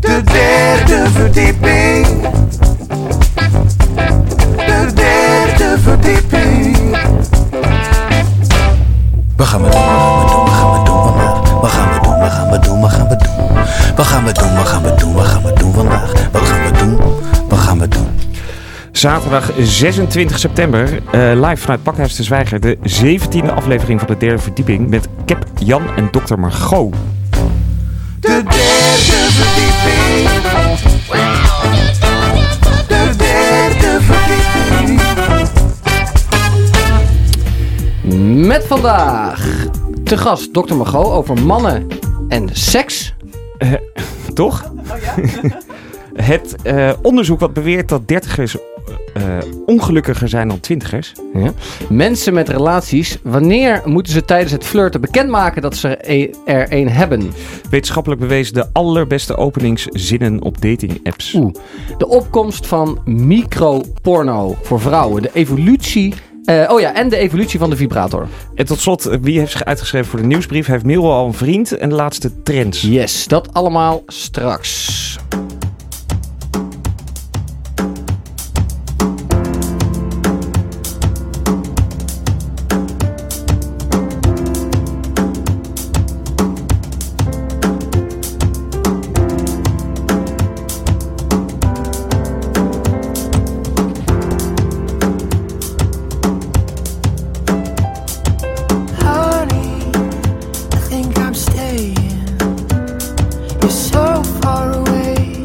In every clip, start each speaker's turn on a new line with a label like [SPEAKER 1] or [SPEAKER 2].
[SPEAKER 1] De derde verdieping. De derde verdieping. Wat gaan we doen? Wat gaan we doen? Wat gaan we doen? Wat gaan we doen? Wat gaan we doen? Wat gaan we doen? Wat gaan we doen? Wat gaan we doen? Wat gaan we doen vandaag? Wat gaan we doen? Wat gaan we doen?
[SPEAKER 2] Zaterdag 26 september, eh, live vanuit Pakhuis de Zwijger, de 17e aflevering van de derde verdieping met Cap, Jan en Dr. Margot.
[SPEAKER 1] De derde verdieping. De derde verdieping.
[SPEAKER 3] Met vandaag te gast Dr. Mago over mannen en seks.
[SPEAKER 2] Toch?
[SPEAKER 3] Oh,
[SPEAKER 2] Het eh, onderzoek wat beweert dat dertigers eh, ongelukkiger zijn dan twintigers.
[SPEAKER 3] Ja. Mensen met relaties, wanneer moeten ze tijdens het flirten bekendmaken dat ze er e- er een hebben?
[SPEAKER 2] Wetenschappelijk bewezen de allerbeste openingszinnen op dating-apps.
[SPEAKER 3] Oeh. De opkomst van microporno voor vrouwen. De evolutie. eh, oh ja, en de evolutie van de vibrator.
[SPEAKER 2] En tot slot, eh, wie heeft zich uitgeschreven voor de nieuwsbrief? Heeft Merel al een vriend? En de laatste trends.
[SPEAKER 3] Yes, dat allemaal straks.
[SPEAKER 4] Honey, I think I'm staying. You're so far away.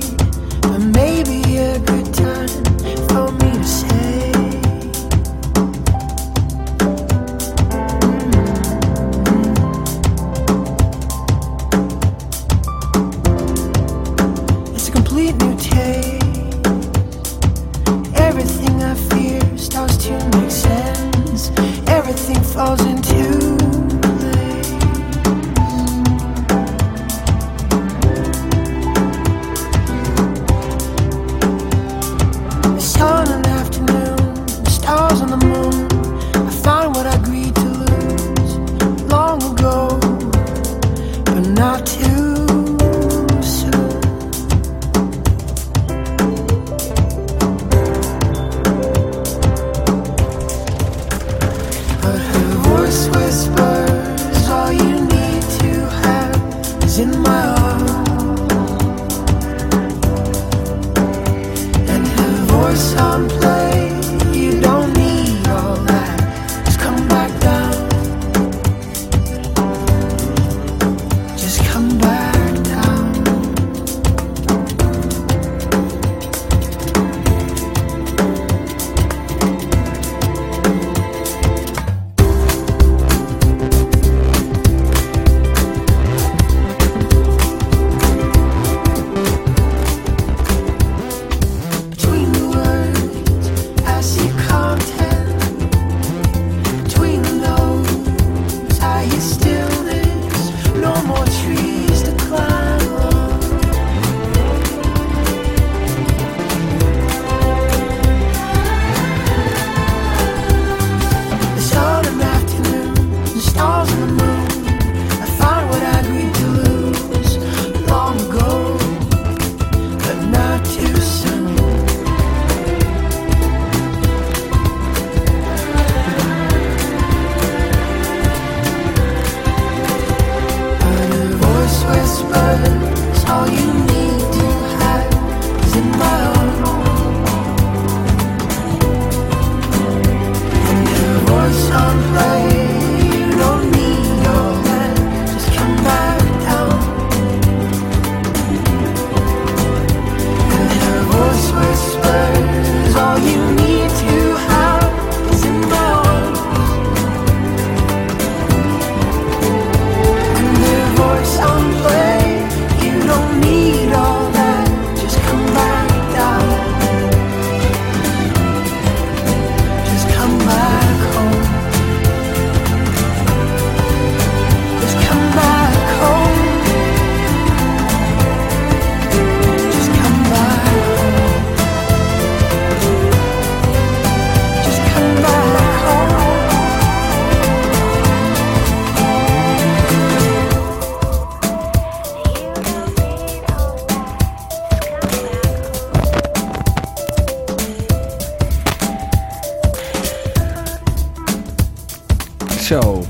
[SPEAKER 3] Show.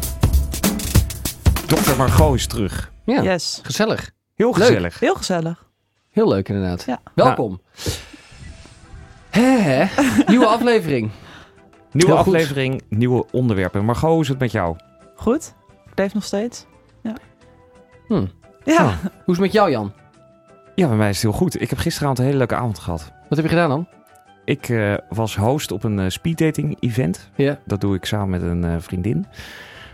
[SPEAKER 2] Dr. Margot is terug.
[SPEAKER 3] Ja,
[SPEAKER 4] Yes.
[SPEAKER 3] gezellig.
[SPEAKER 2] Heel
[SPEAKER 3] Leuk.
[SPEAKER 2] gezellig.
[SPEAKER 4] Heel gezellig.
[SPEAKER 3] Heel leuk inderdaad.
[SPEAKER 4] Ja. Nou.
[SPEAKER 3] Welkom. Hè, hè. Nieuwe aflevering.
[SPEAKER 2] Nieuwe
[SPEAKER 3] Heel goed.
[SPEAKER 2] aflevering, nieuwe onderwerpen. Margot, hoe is het met jou?
[SPEAKER 4] Goed. Ik leef nog steeds. Ja.
[SPEAKER 3] Hm.
[SPEAKER 4] Ja.
[SPEAKER 2] Oh.
[SPEAKER 3] Hoe is het met jou, Jan?
[SPEAKER 2] Ja, bij mij is het heel goed. Ik heb gisteravond een hele leuke avond gehad.
[SPEAKER 3] Wat heb je gedaan dan?
[SPEAKER 2] Ik eh, was host op een eh, speeddating event.
[SPEAKER 3] Ja.
[SPEAKER 2] Dat doe ik samen met een eh, vriendin.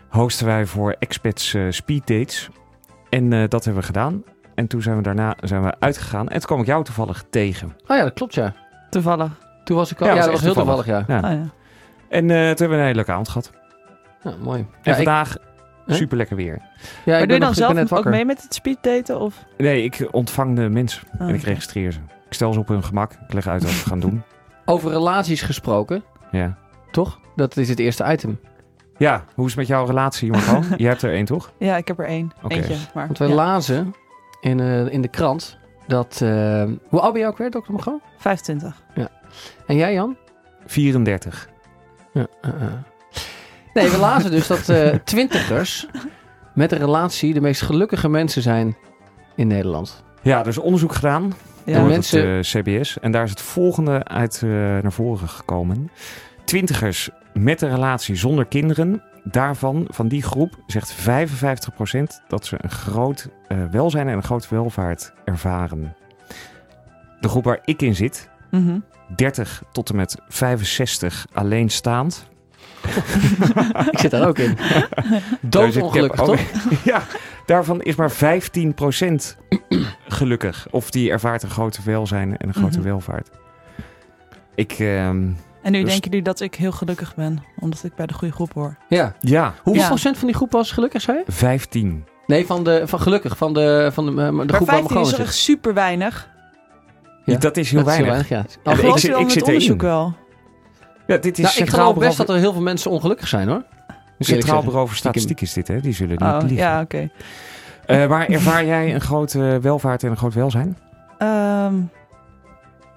[SPEAKER 2] Hosten wij voor expats eh speeddates. En eh, dat hebben we gedaan. En toen zijn we daarna zijn we uitgegaan. En toen kwam ik jou toevallig tegen.
[SPEAKER 3] Oh ja, dat klopt ja.
[SPEAKER 4] Toevallig.
[SPEAKER 3] Toen was ik al...
[SPEAKER 2] Ja,
[SPEAKER 3] Ja,
[SPEAKER 2] was
[SPEAKER 3] dat was
[SPEAKER 2] echt
[SPEAKER 3] heel
[SPEAKER 2] toevallig.
[SPEAKER 3] toevallig, ja.
[SPEAKER 2] Ja.
[SPEAKER 4] Oh, ja.
[SPEAKER 2] Nou, En eh, toen hebben we een hele leuke avond gehad.
[SPEAKER 3] ja. Mooi.
[SPEAKER 2] En
[SPEAKER 3] Ja, ik,
[SPEAKER 2] vandaag
[SPEAKER 3] Huh?
[SPEAKER 2] super lekker weer.
[SPEAKER 3] ja,
[SPEAKER 4] maar
[SPEAKER 3] ik
[SPEAKER 4] doe
[SPEAKER 3] ben
[SPEAKER 4] je dan
[SPEAKER 3] nog, ik ben net
[SPEAKER 4] zelf ook
[SPEAKER 3] wakker.
[SPEAKER 4] mee met het speeddaten? Of?
[SPEAKER 2] Nee, ik ontvang de mensen
[SPEAKER 4] Oh,
[SPEAKER 2] en ik
[SPEAKER 4] oké.
[SPEAKER 2] registreer ze. Ik stel ze op hun gemak. Ik leg uit wat we gaan doen.
[SPEAKER 3] Over relaties gesproken,
[SPEAKER 2] Ja.
[SPEAKER 3] toch? Dat is het eerste item.
[SPEAKER 2] ja, hoe is het met jouw relatie, Margot? Je hebt er één, toch?
[SPEAKER 4] Ja, ik heb er één.
[SPEAKER 2] Oké.
[SPEAKER 4] Eentje. Maar,
[SPEAKER 3] Want wij
[SPEAKER 4] ja.
[SPEAKER 3] lazen in, eh, in de krant dat... eh, hoe oud ben jij ook weer, dokter Mago?
[SPEAKER 4] 25.
[SPEAKER 3] En jij, Jan?
[SPEAKER 2] 34.
[SPEAKER 3] Ja, Nee, we lazen dus dat eh, twintigers met een relatie de meest gelukkige mensen zijn in Nederland.
[SPEAKER 2] Ja, er is onderzoek gedaan
[SPEAKER 4] Ja.
[SPEAKER 2] door
[SPEAKER 3] mensen-
[SPEAKER 2] het eh, CBS. En daar is het volgende uit eh, naar voren gekomen. Twintigers met een relatie zonder kinderen. Daarvan, van die groep, zegt 55% dat ze een groot eh, welzijn en een groot welvaart ervaren. De groep waar ik in zit,
[SPEAKER 4] Mhm.
[SPEAKER 2] 30 tot en met 65 alleenstaand.
[SPEAKER 3] Ik zit daar ook in.
[SPEAKER 2] Daar zit
[SPEAKER 3] Doodongelukkig,
[SPEAKER 2] Cap Dus ook
[SPEAKER 3] toch?
[SPEAKER 2] in. ja, daarvan is maar 15% gelukkig. Of die ervaart een grote welzijn en een grote
[SPEAKER 4] Mhm.
[SPEAKER 2] welvaart. Ik, ehm,
[SPEAKER 4] En nu
[SPEAKER 2] Dus-
[SPEAKER 4] denken jullie dat ik heel gelukkig ben, omdat ik bij de goede groep hoor.
[SPEAKER 3] Ja.
[SPEAKER 2] ja,
[SPEAKER 3] Hoeveel
[SPEAKER 4] Ja.
[SPEAKER 3] procent van die groep was gelukkig, zei je?
[SPEAKER 2] 15.
[SPEAKER 3] Nee, van, de, van gelukkig, van de, van de, eh, de groep
[SPEAKER 4] maar
[SPEAKER 3] waar we
[SPEAKER 4] 15
[SPEAKER 3] gewoon
[SPEAKER 4] is
[SPEAKER 3] zitten.
[SPEAKER 4] echt super weinig.
[SPEAKER 3] Ja,
[SPEAKER 2] Dat is heel
[SPEAKER 3] Dat is
[SPEAKER 2] weinig.
[SPEAKER 3] ja.
[SPEAKER 2] En
[SPEAKER 4] Ik
[SPEAKER 2] ik
[SPEAKER 4] geloof
[SPEAKER 2] zit-
[SPEAKER 4] wel
[SPEAKER 2] ik
[SPEAKER 4] in
[SPEAKER 2] zit
[SPEAKER 4] het
[SPEAKER 2] erin.
[SPEAKER 4] onderzoek wel.
[SPEAKER 2] Ja, dit is
[SPEAKER 3] Nou,
[SPEAKER 2] Centraal,
[SPEAKER 3] ik geloof best
[SPEAKER 2] Bureau,
[SPEAKER 3] dat er heel veel mensen ongelukkig zijn, hoor.
[SPEAKER 2] Centraal
[SPEAKER 3] zeggen.
[SPEAKER 2] Bureau voor
[SPEAKER 3] Stiekem.
[SPEAKER 2] Statistiek is dit, hè? Die zullen niet
[SPEAKER 4] Oh,
[SPEAKER 2] liegen.
[SPEAKER 4] ja, oké.
[SPEAKER 2] Eh, maar ervaar jij een grote welvaart en een groot welzijn?
[SPEAKER 4] Ehm,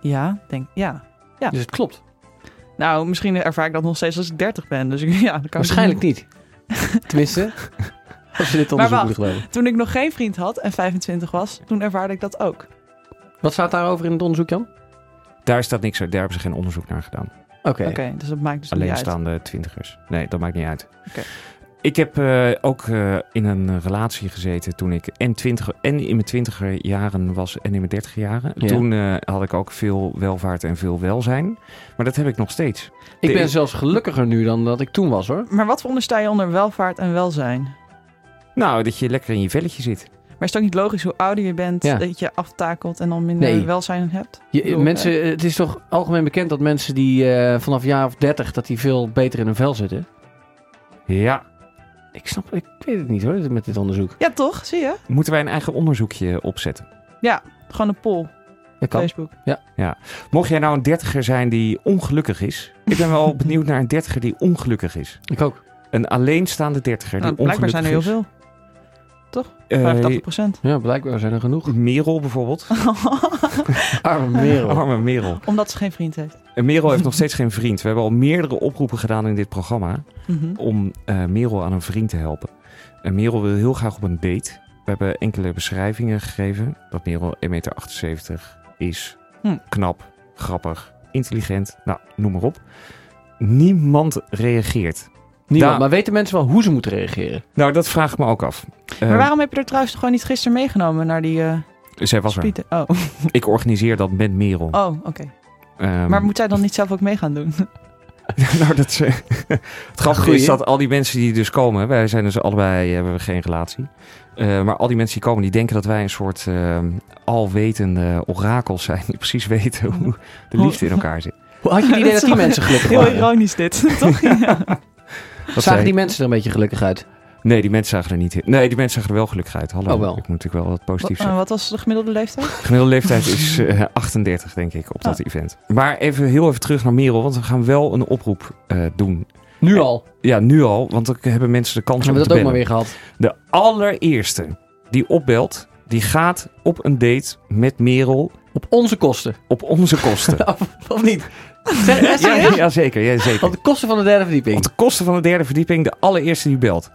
[SPEAKER 4] ja, denk ja. Ja.
[SPEAKER 3] Dus het klopt.
[SPEAKER 4] Nou, misschien ervaar ik dat nog steeds als ik 30 ben. Dus ik- ja, dat kan ik
[SPEAKER 3] Waarschijnlijk niet. Tenminste, als je dit onderzoek
[SPEAKER 4] wacht.
[SPEAKER 3] moet geloven.
[SPEAKER 4] Toen ik nog geen vriend had en 25 was, toen ervaarde ik dat ook.
[SPEAKER 3] Wat staat daarover in het onderzoek, Jan?
[SPEAKER 2] Daar staat niks uit. Daar hebben ze geen onderzoek naar gedaan.
[SPEAKER 3] Oké.
[SPEAKER 4] Oké, dus dat maakt dus niet uit.
[SPEAKER 2] alleenstaande twintigers. Nee, dat maakt niet uit.
[SPEAKER 4] Oké.
[SPEAKER 2] Ik heb eh, ook eh, in een relatie gezeten toen ik en, twintig, en in mijn twintiger jaren was en in mijn dertiger jaren.
[SPEAKER 3] Ja.
[SPEAKER 2] Toen eh, had ik ook veel welvaart en veel welzijn. Maar dat heb ik nog steeds.
[SPEAKER 3] Ik
[SPEAKER 2] De-
[SPEAKER 3] ben zelfs gelukkiger nu dan dat ik toen was, hoor.
[SPEAKER 4] Maar wat veronderstel je onder welvaart en welzijn?
[SPEAKER 2] Nou, dat je lekker in je velletje zit.
[SPEAKER 4] Maar is het ook niet logisch hoe ouder je bent,
[SPEAKER 3] Ja.
[SPEAKER 4] dat je aftakelt en dan minder
[SPEAKER 3] Nee.
[SPEAKER 4] welzijn hebt?
[SPEAKER 3] Je,
[SPEAKER 4] bedoel,
[SPEAKER 3] mensen, het is toch algemeen bekend dat mensen die eh, vanaf jaar of 30 dat die veel beter in hun vel zitten.
[SPEAKER 2] Ja.
[SPEAKER 3] Ik snap, ik weet het niet hoor, met dit onderzoek.
[SPEAKER 4] Ja, toch? Zie je?
[SPEAKER 2] Moeten wij een eigen onderzoekje opzetten?
[SPEAKER 4] Gewoon een poll
[SPEAKER 3] Dat
[SPEAKER 4] op
[SPEAKER 3] kan.
[SPEAKER 4] Facebook.
[SPEAKER 2] Mocht jij nou een dertiger zijn die ongelukkig is. Ik ben wel benieuwd naar een dertiger die ongelukkig is.
[SPEAKER 3] Ik ook.
[SPEAKER 2] Een alleenstaande dertiger die
[SPEAKER 4] Nou, blijkbaar zijn er heel
[SPEAKER 2] ongelukkig
[SPEAKER 4] veel.
[SPEAKER 2] is.
[SPEAKER 4] 85 procent.
[SPEAKER 3] Ja, blijkbaar zijn er genoeg.
[SPEAKER 2] Eh, Merel bijvoorbeeld.
[SPEAKER 3] Arme merel.
[SPEAKER 2] Arme Merel.
[SPEAKER 4] Omdat ze geen vriend heeft.
[SPEAKER 2] En Eh, Merel heeft nog steeds geen vriend. We hebben al meerdere oproepen gedaan in dit programma
[SPEAKER 4] Mhm.
[SPEAKER 2] om eh, Merel aan een vriend te helpen. En Merel wil heel graag op een date. We hebben enkele beschrijvingen gegeven dat Merel 1,78 meter is.
[SPEAKER 4] Hm.
[SPEAKER 2] Knap, grappig, intelligent, nou, noem maar op. Niemand reageert.
[SPEAKER 3] Niemand.
[SPEAKER 2] Daar-
[SPEAKER 3] Maar weten mensen wel hoe ze moeten reageren?
[SPEAKER 2] Nou, dat vraag ik me ook af. Eh,
[SPEAKER 4] Maar waarom heb je er trouwens gewoon niet gisteren meegenomen naar die eh
[SPEAKER 2] Zij was er.
[SPEAKER 4] speed? Oh,
[SPEAKER 2] Ik organiseer dat met Merel.
[SPEAKER 4] oh oké.
[SPEAKER 2] Ehm,
[SPEAKER 4] Maar moet zij dan niet zelf ook mee gaan doen?
[SPEAKER 2] nou, dat ze... Het grappige
[SPEAKER 3] Goeie.
[SPEAKER 2] is dat al die mensen die dus komen, wij zijn dus allebei, hebben we geen relatie. Eh, maar al die mensen die komen, die denken dat wij een soort eh, alwetende orakels zijn. Die precies weten hoe de
[SPEAKER 3] Oh.
[SPEAKER 2] liefde in elkaar zit.
[SPEAKER 3] Hoe had je het idee dat die mensen gelukkig
[SPEAKER 4] Heel
[SPEAKER 3] waren?
[SPEAKER 4] ironisch dit, toch? Ja.
[SPEAKER 2] Wat zei
[SPEAKER 3] Zagen
[SPEAKER 2] ik?
[SPEAKER 3] die mensen er een beetje gelukkig uit?
[SPEAKER 2] Nee, die mensen zagen er niet in. Nee, die mensen zagen er wel gelukkig uit. Hallo,
[SPEAKER 3] Oh, wel. Oh.
[SPEAKER 2] ik moet natuurlijk wel wat
[SPEAKER 4] Wat,
[SPEAKER 2] positief
[SPEAKER 4] eh,
[SPEAKER 2] zijn.
[SPEAKER 4] wat was de gemiddelde leeftijd?
[SPEAKER 2] Gemiddelde leeftijd is eh, 38, denk ik, op
[SPEAKER 3] Oh.
[SPEAKER 2] dat event. Maar even heel even terug naar Merel, want we gaan wel een oproep eh, doen.
[SPEAKER 3] Nu al.
[SPEAKER 2] Ja, nu al, want dan hebben mensen de kans
[SPEAKER 3] Hebben
[SPEAKER 2] om
[SPEAKER 3] we
[SPEAKER 2] te
[SPEAKER 3] dat ook maar
[SPEAKER 2] bellen.
[SPEAKER 3] weer gehad?
[SPEAKER 2] De allereerste die opbelt, die gaat op een date met Merel
[SPEAKER 3] Op onze kosten.
[SPEAKER 2] op onze kosten.
[SPEAKER 3] Of, of niet? Zeg echt
[SPEAKER 2] Ja,
[SPEAKER 3] serieus?
[SPEAKER 2] ja, zeker, ja, zeker.
[SPEAKER 3] Op de kosten van de derde verdieping.
[SPEAKER 2] Op de kosten van de derde verdieping, de allereerste die belt.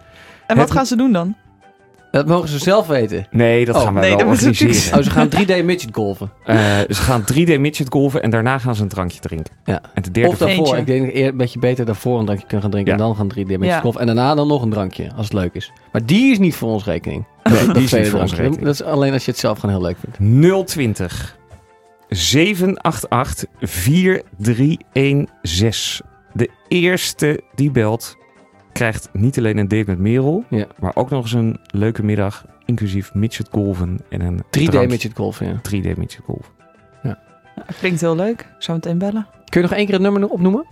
[SPEAKER 4] En wat gaan ze doen dan?
[SPEAKER 3] Dat mogen ze zelf weten.
[SPEAKER 2] Nee, dat
[SPEAKER 3] Oh,
[SPEAKER 2] gaan we
[SPEAKER 4] nee,
[SPEAKER 2] wel
[SPEAKER 4] dat moet natuurlijk
[SPEAKER 2] organiseren.
[SPEAKER 3] Oh, ze gaan 3D midget golven.
[SPEAKER 2] Eh, ze gaan 3D midget golven en daarna gaan ze een drankje drinken.
[SPEAKER 3] Ja.
[SPEAKER 2] En de derde
[SPEAKER 3] Of daarvoor.
[SPEAKER 4] Eentje.
[SPEAKER 3] Ik denk eer- dat je beter daarvoor een drankje kunt gaan drinken.
[SPEAKER 2] Ja.
[SPEAKER 3] En dan gaan 3D met
[SPEAKER 4] Ja.
[SPEAKER 3] je golf. En daarna dan nog een drankje, als het leuk is. Maar die is niet voor ons rekening.
[SPEAKER 2] Nee, die is
[SPEAKER 3] tweede
[SPEAKER 2] niet voor onze
[SPEAKER 3] drankje.
[SPEAKER 2] rekening.
[SPEAKER 3] Dat is alleen als je het zelf gewoon heel leuk vindt.
[SPEAKER 2] 020 788 4316. De eerste die belt krijgt niet alleen een date met Merel,
[SPEAKER 3] Ja.
[SPEAKER 2] maar ook nog eens een leuke middag, inclusief midget golven en een
[SPEAKER 3] 3D
[SPEAKER 2] drankje.
[SPEAKER 3] midget golf, ja.
[SPEAKER 2] 3D midget golven.
[SPEAKER 4] Nou, Klinkt heel leuk. Ik zou meteen bellen.
[SPEAKER 3] Kun je nog één keer het nummer opnoemen?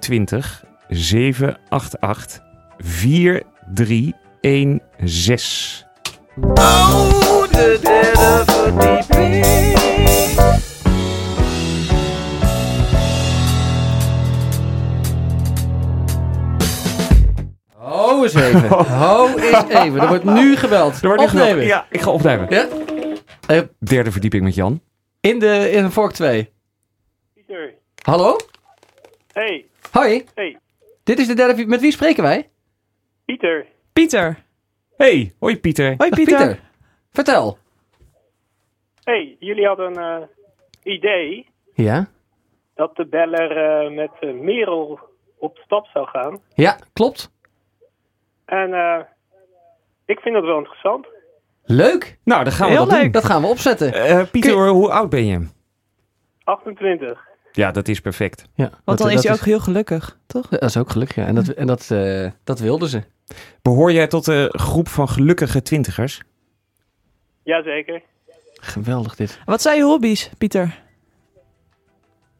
[SPEAKER 2] 020 788 4316.
[SPEAKER 3] Ho eens even. Ho eens even. Er wordt nu gebeld.
[SPEAKER 2] Er wordt nu
[SPEAKER 3] Opnemen.
[SPEAKER 2] genomen. Ja, ik ga opnemen.
[SPEAKER 3] Ja?
[SPEAKER 2] Derde verdieping met Jan.
[SPEAKER 3] In de, in de vork 2.
[SPEAKER 5] Pieter.
[SPEAKER 3] Hallo?
[SPEAKER 5] Hey,
[SPEAKER 3] Hoi.
[SPEAKER 5] Hey.
[SPEAKER 3] Dit is de derde... vi- Met wie spreken wij?
[SPEAKER 5] Pieter.
[SPEAKER 4] Pieter.
[SPEAKER 2] Hey, hoi Pieter.
[SPEAKER 4] Hoi
[SPEAKER 3] Dag
[SPEAKER 4] Pieter.
[SPEAKER 3] Vertel.
[SPEAKER 5] Hey, jullie hadden een idee
[SPEAKER 3] Ja?
[SPEAKER 5] dat de beller eh, met eh, Merel op stap zou gaan.
[SPEAKER 3] Ja, klopt.
[SPEAKER 5] En eh, ik vind dat wel interessant.
[SPEAKER 3] Leuk.
[SPEAKER 2] Nou, dan gaan we
[SPEAKER 4] Heel
[SPEAKER 2] dat
[SPEAKER 4] leuk.
[SPEAKER 2] doen.
[SPEAKER 3] Dat gaan we opzetten.
[SPEAKER 2] Eh, Pieter,
[SPEAKER 3] Kun
[SPEAKER 2] hoe oud ben je?
[SPEAKER 5] 28.
[SPEAKER 2] Ja, dat is perfect.
[SPEAKER 3] Ja, dat-
[SPEAKER 4] Want dan is
[SPEAKER 3] eh, dat
[SPEAKER 4] hij ook heel gelukkig, toch?
[SPEAKER 3] Dat is ook gelukkig, ja. En dat, en dat, eh, dat wilden ze.
[SPEAKER 2] Behoor jij tot de groep van gelukkige twintigers?
[SPEAKER 5] Jazeker.
[SPEAKER 3] Geweldig dit.
[SPEAKER 4] Wat zijn je hobby's, Pieter?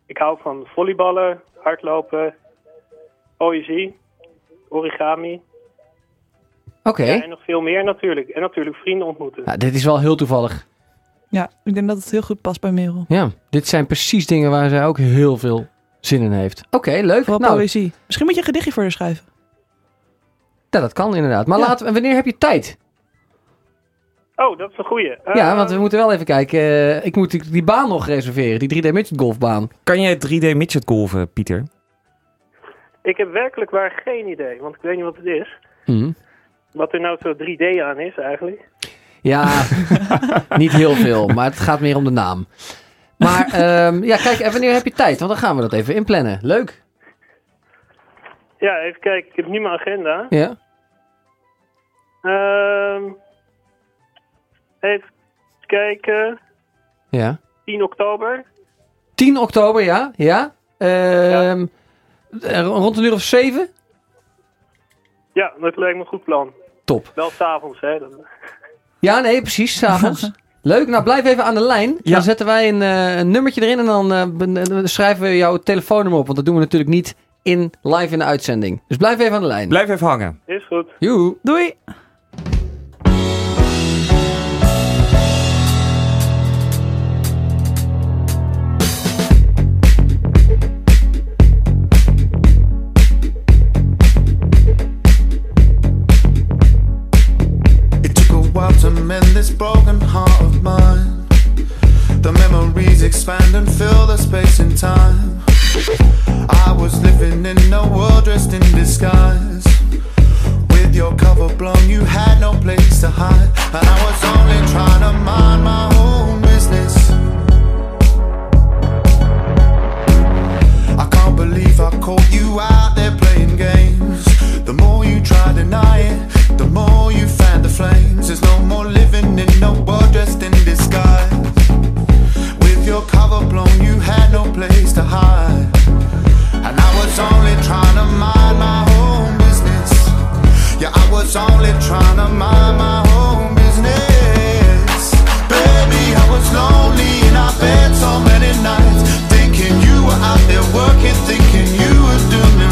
[SPEAKER 5] Ik hou van volleyballen, hardlopen, poëzie, origami.
[SPEAKER 3] Oké.
[SPEAKER 5] Ja, en nog veel meer natuurlijk. En natuurlijk vrienden ontmoeten.
[SPEAKER 3] Nou, dit is wel heel toevallig.
[SPEAKER 4] Ja, ik denk dat het heel goed past bij Merel.
[SPEAKER 3] Ja, dit zijn precies dingen waar zij ook heel veel zin in heeft. Oké, leuk.
[SPEAKER 4] Vooral
[SPEAKER 3] Nou, nou,
[SPEAKER 4] poëzie. Misschien moet je een gedichtje voor haar schrijven.
[SPEAKER 3] dat kan inderdaad. Maar
[SPEAKER 4] Ja.
[SPEAKER 3] laten we- wanneer heb je tijd?
[SPEAKER 5] Oh, dat is een goeie. Eh,
[SPEAKER 3] ja, want we moeten wel even kijken. eh, ik moet die, die baan nog reserveren, die 3D midget golfbaan.
[SPEAKER 2] Kan jij 3D midget golven, Pieter?
[SPEAKER 5] Ik heb werkelijk waar geen idee, want ik weet niet wat het is.
[SPEAKER 3] Mhm.
[SPEAKER 5] Wat er nou zo 3D aan is eigenlijk.
[SPEAKER 3] Ja, niet heel veel, maar het gaat meer om de naam. Maar ehm, ja, kijk, en wanneer heb je tijd? Want dan gaan we dat even inplannen. Leuk.
[SPEAKER 5] Ja, even kijken. Ik heb nu mijn agenda.
[SPEAKER 3] Ja.
[SPEAKER 5] Ehm even kijken.
[SPEAKER 3] Ja.
[SPEAKER 5] 10 oktober.
[SPEAKER 3] 10 oktober, ja. Ja. Ehm, eh, Rond een uur of zeven?
[SPEAKER 5] Ja, dat lijkt me een goed plan.
[SPEAKER 3] Top.
[SPEAKER 5] Wel s'avonds, hè. Dat-
[SPEAKER 3] Ja, nee, precies. S'avonds. Leuk. Nou, blijf even aan de lijn.
[SPEAKER 2] Ja.
[SPEAKER 3] Dan zetten wij een, eh, een nummertje erin en dan eh, ben- eh, dan schrijven we jouw telefoonnummer op. Want dat doen we natuurlijk niet in, live in de uitzending. Dus blijf even aan de lijn.
[SPEAKER 2] Blijf even hangen.
[SPEAKER 5] Is goed.
[SPEAKER 3] Joe.
[SPEAKER 4] Doei.
[SPEAKER 6] It took a while to mend this broken heart of mine. The memories expand and fill the space and time. I was living in a world dressed in disguise. With your cover blown, you had no place to hide. And I was only trying to mind my own business. I can't believe I caught you out there playing games. The more you try to deny it, the more you find the flames. There's no more living in no world dressed in disguise. With your cover blown, you had no place to hide. And I was only trying to mind my own business. Yeah, I was only trying to mind my own business. Baby, I was lonely in our bed so many nights. Thinking you were out there working, thinking you were doing it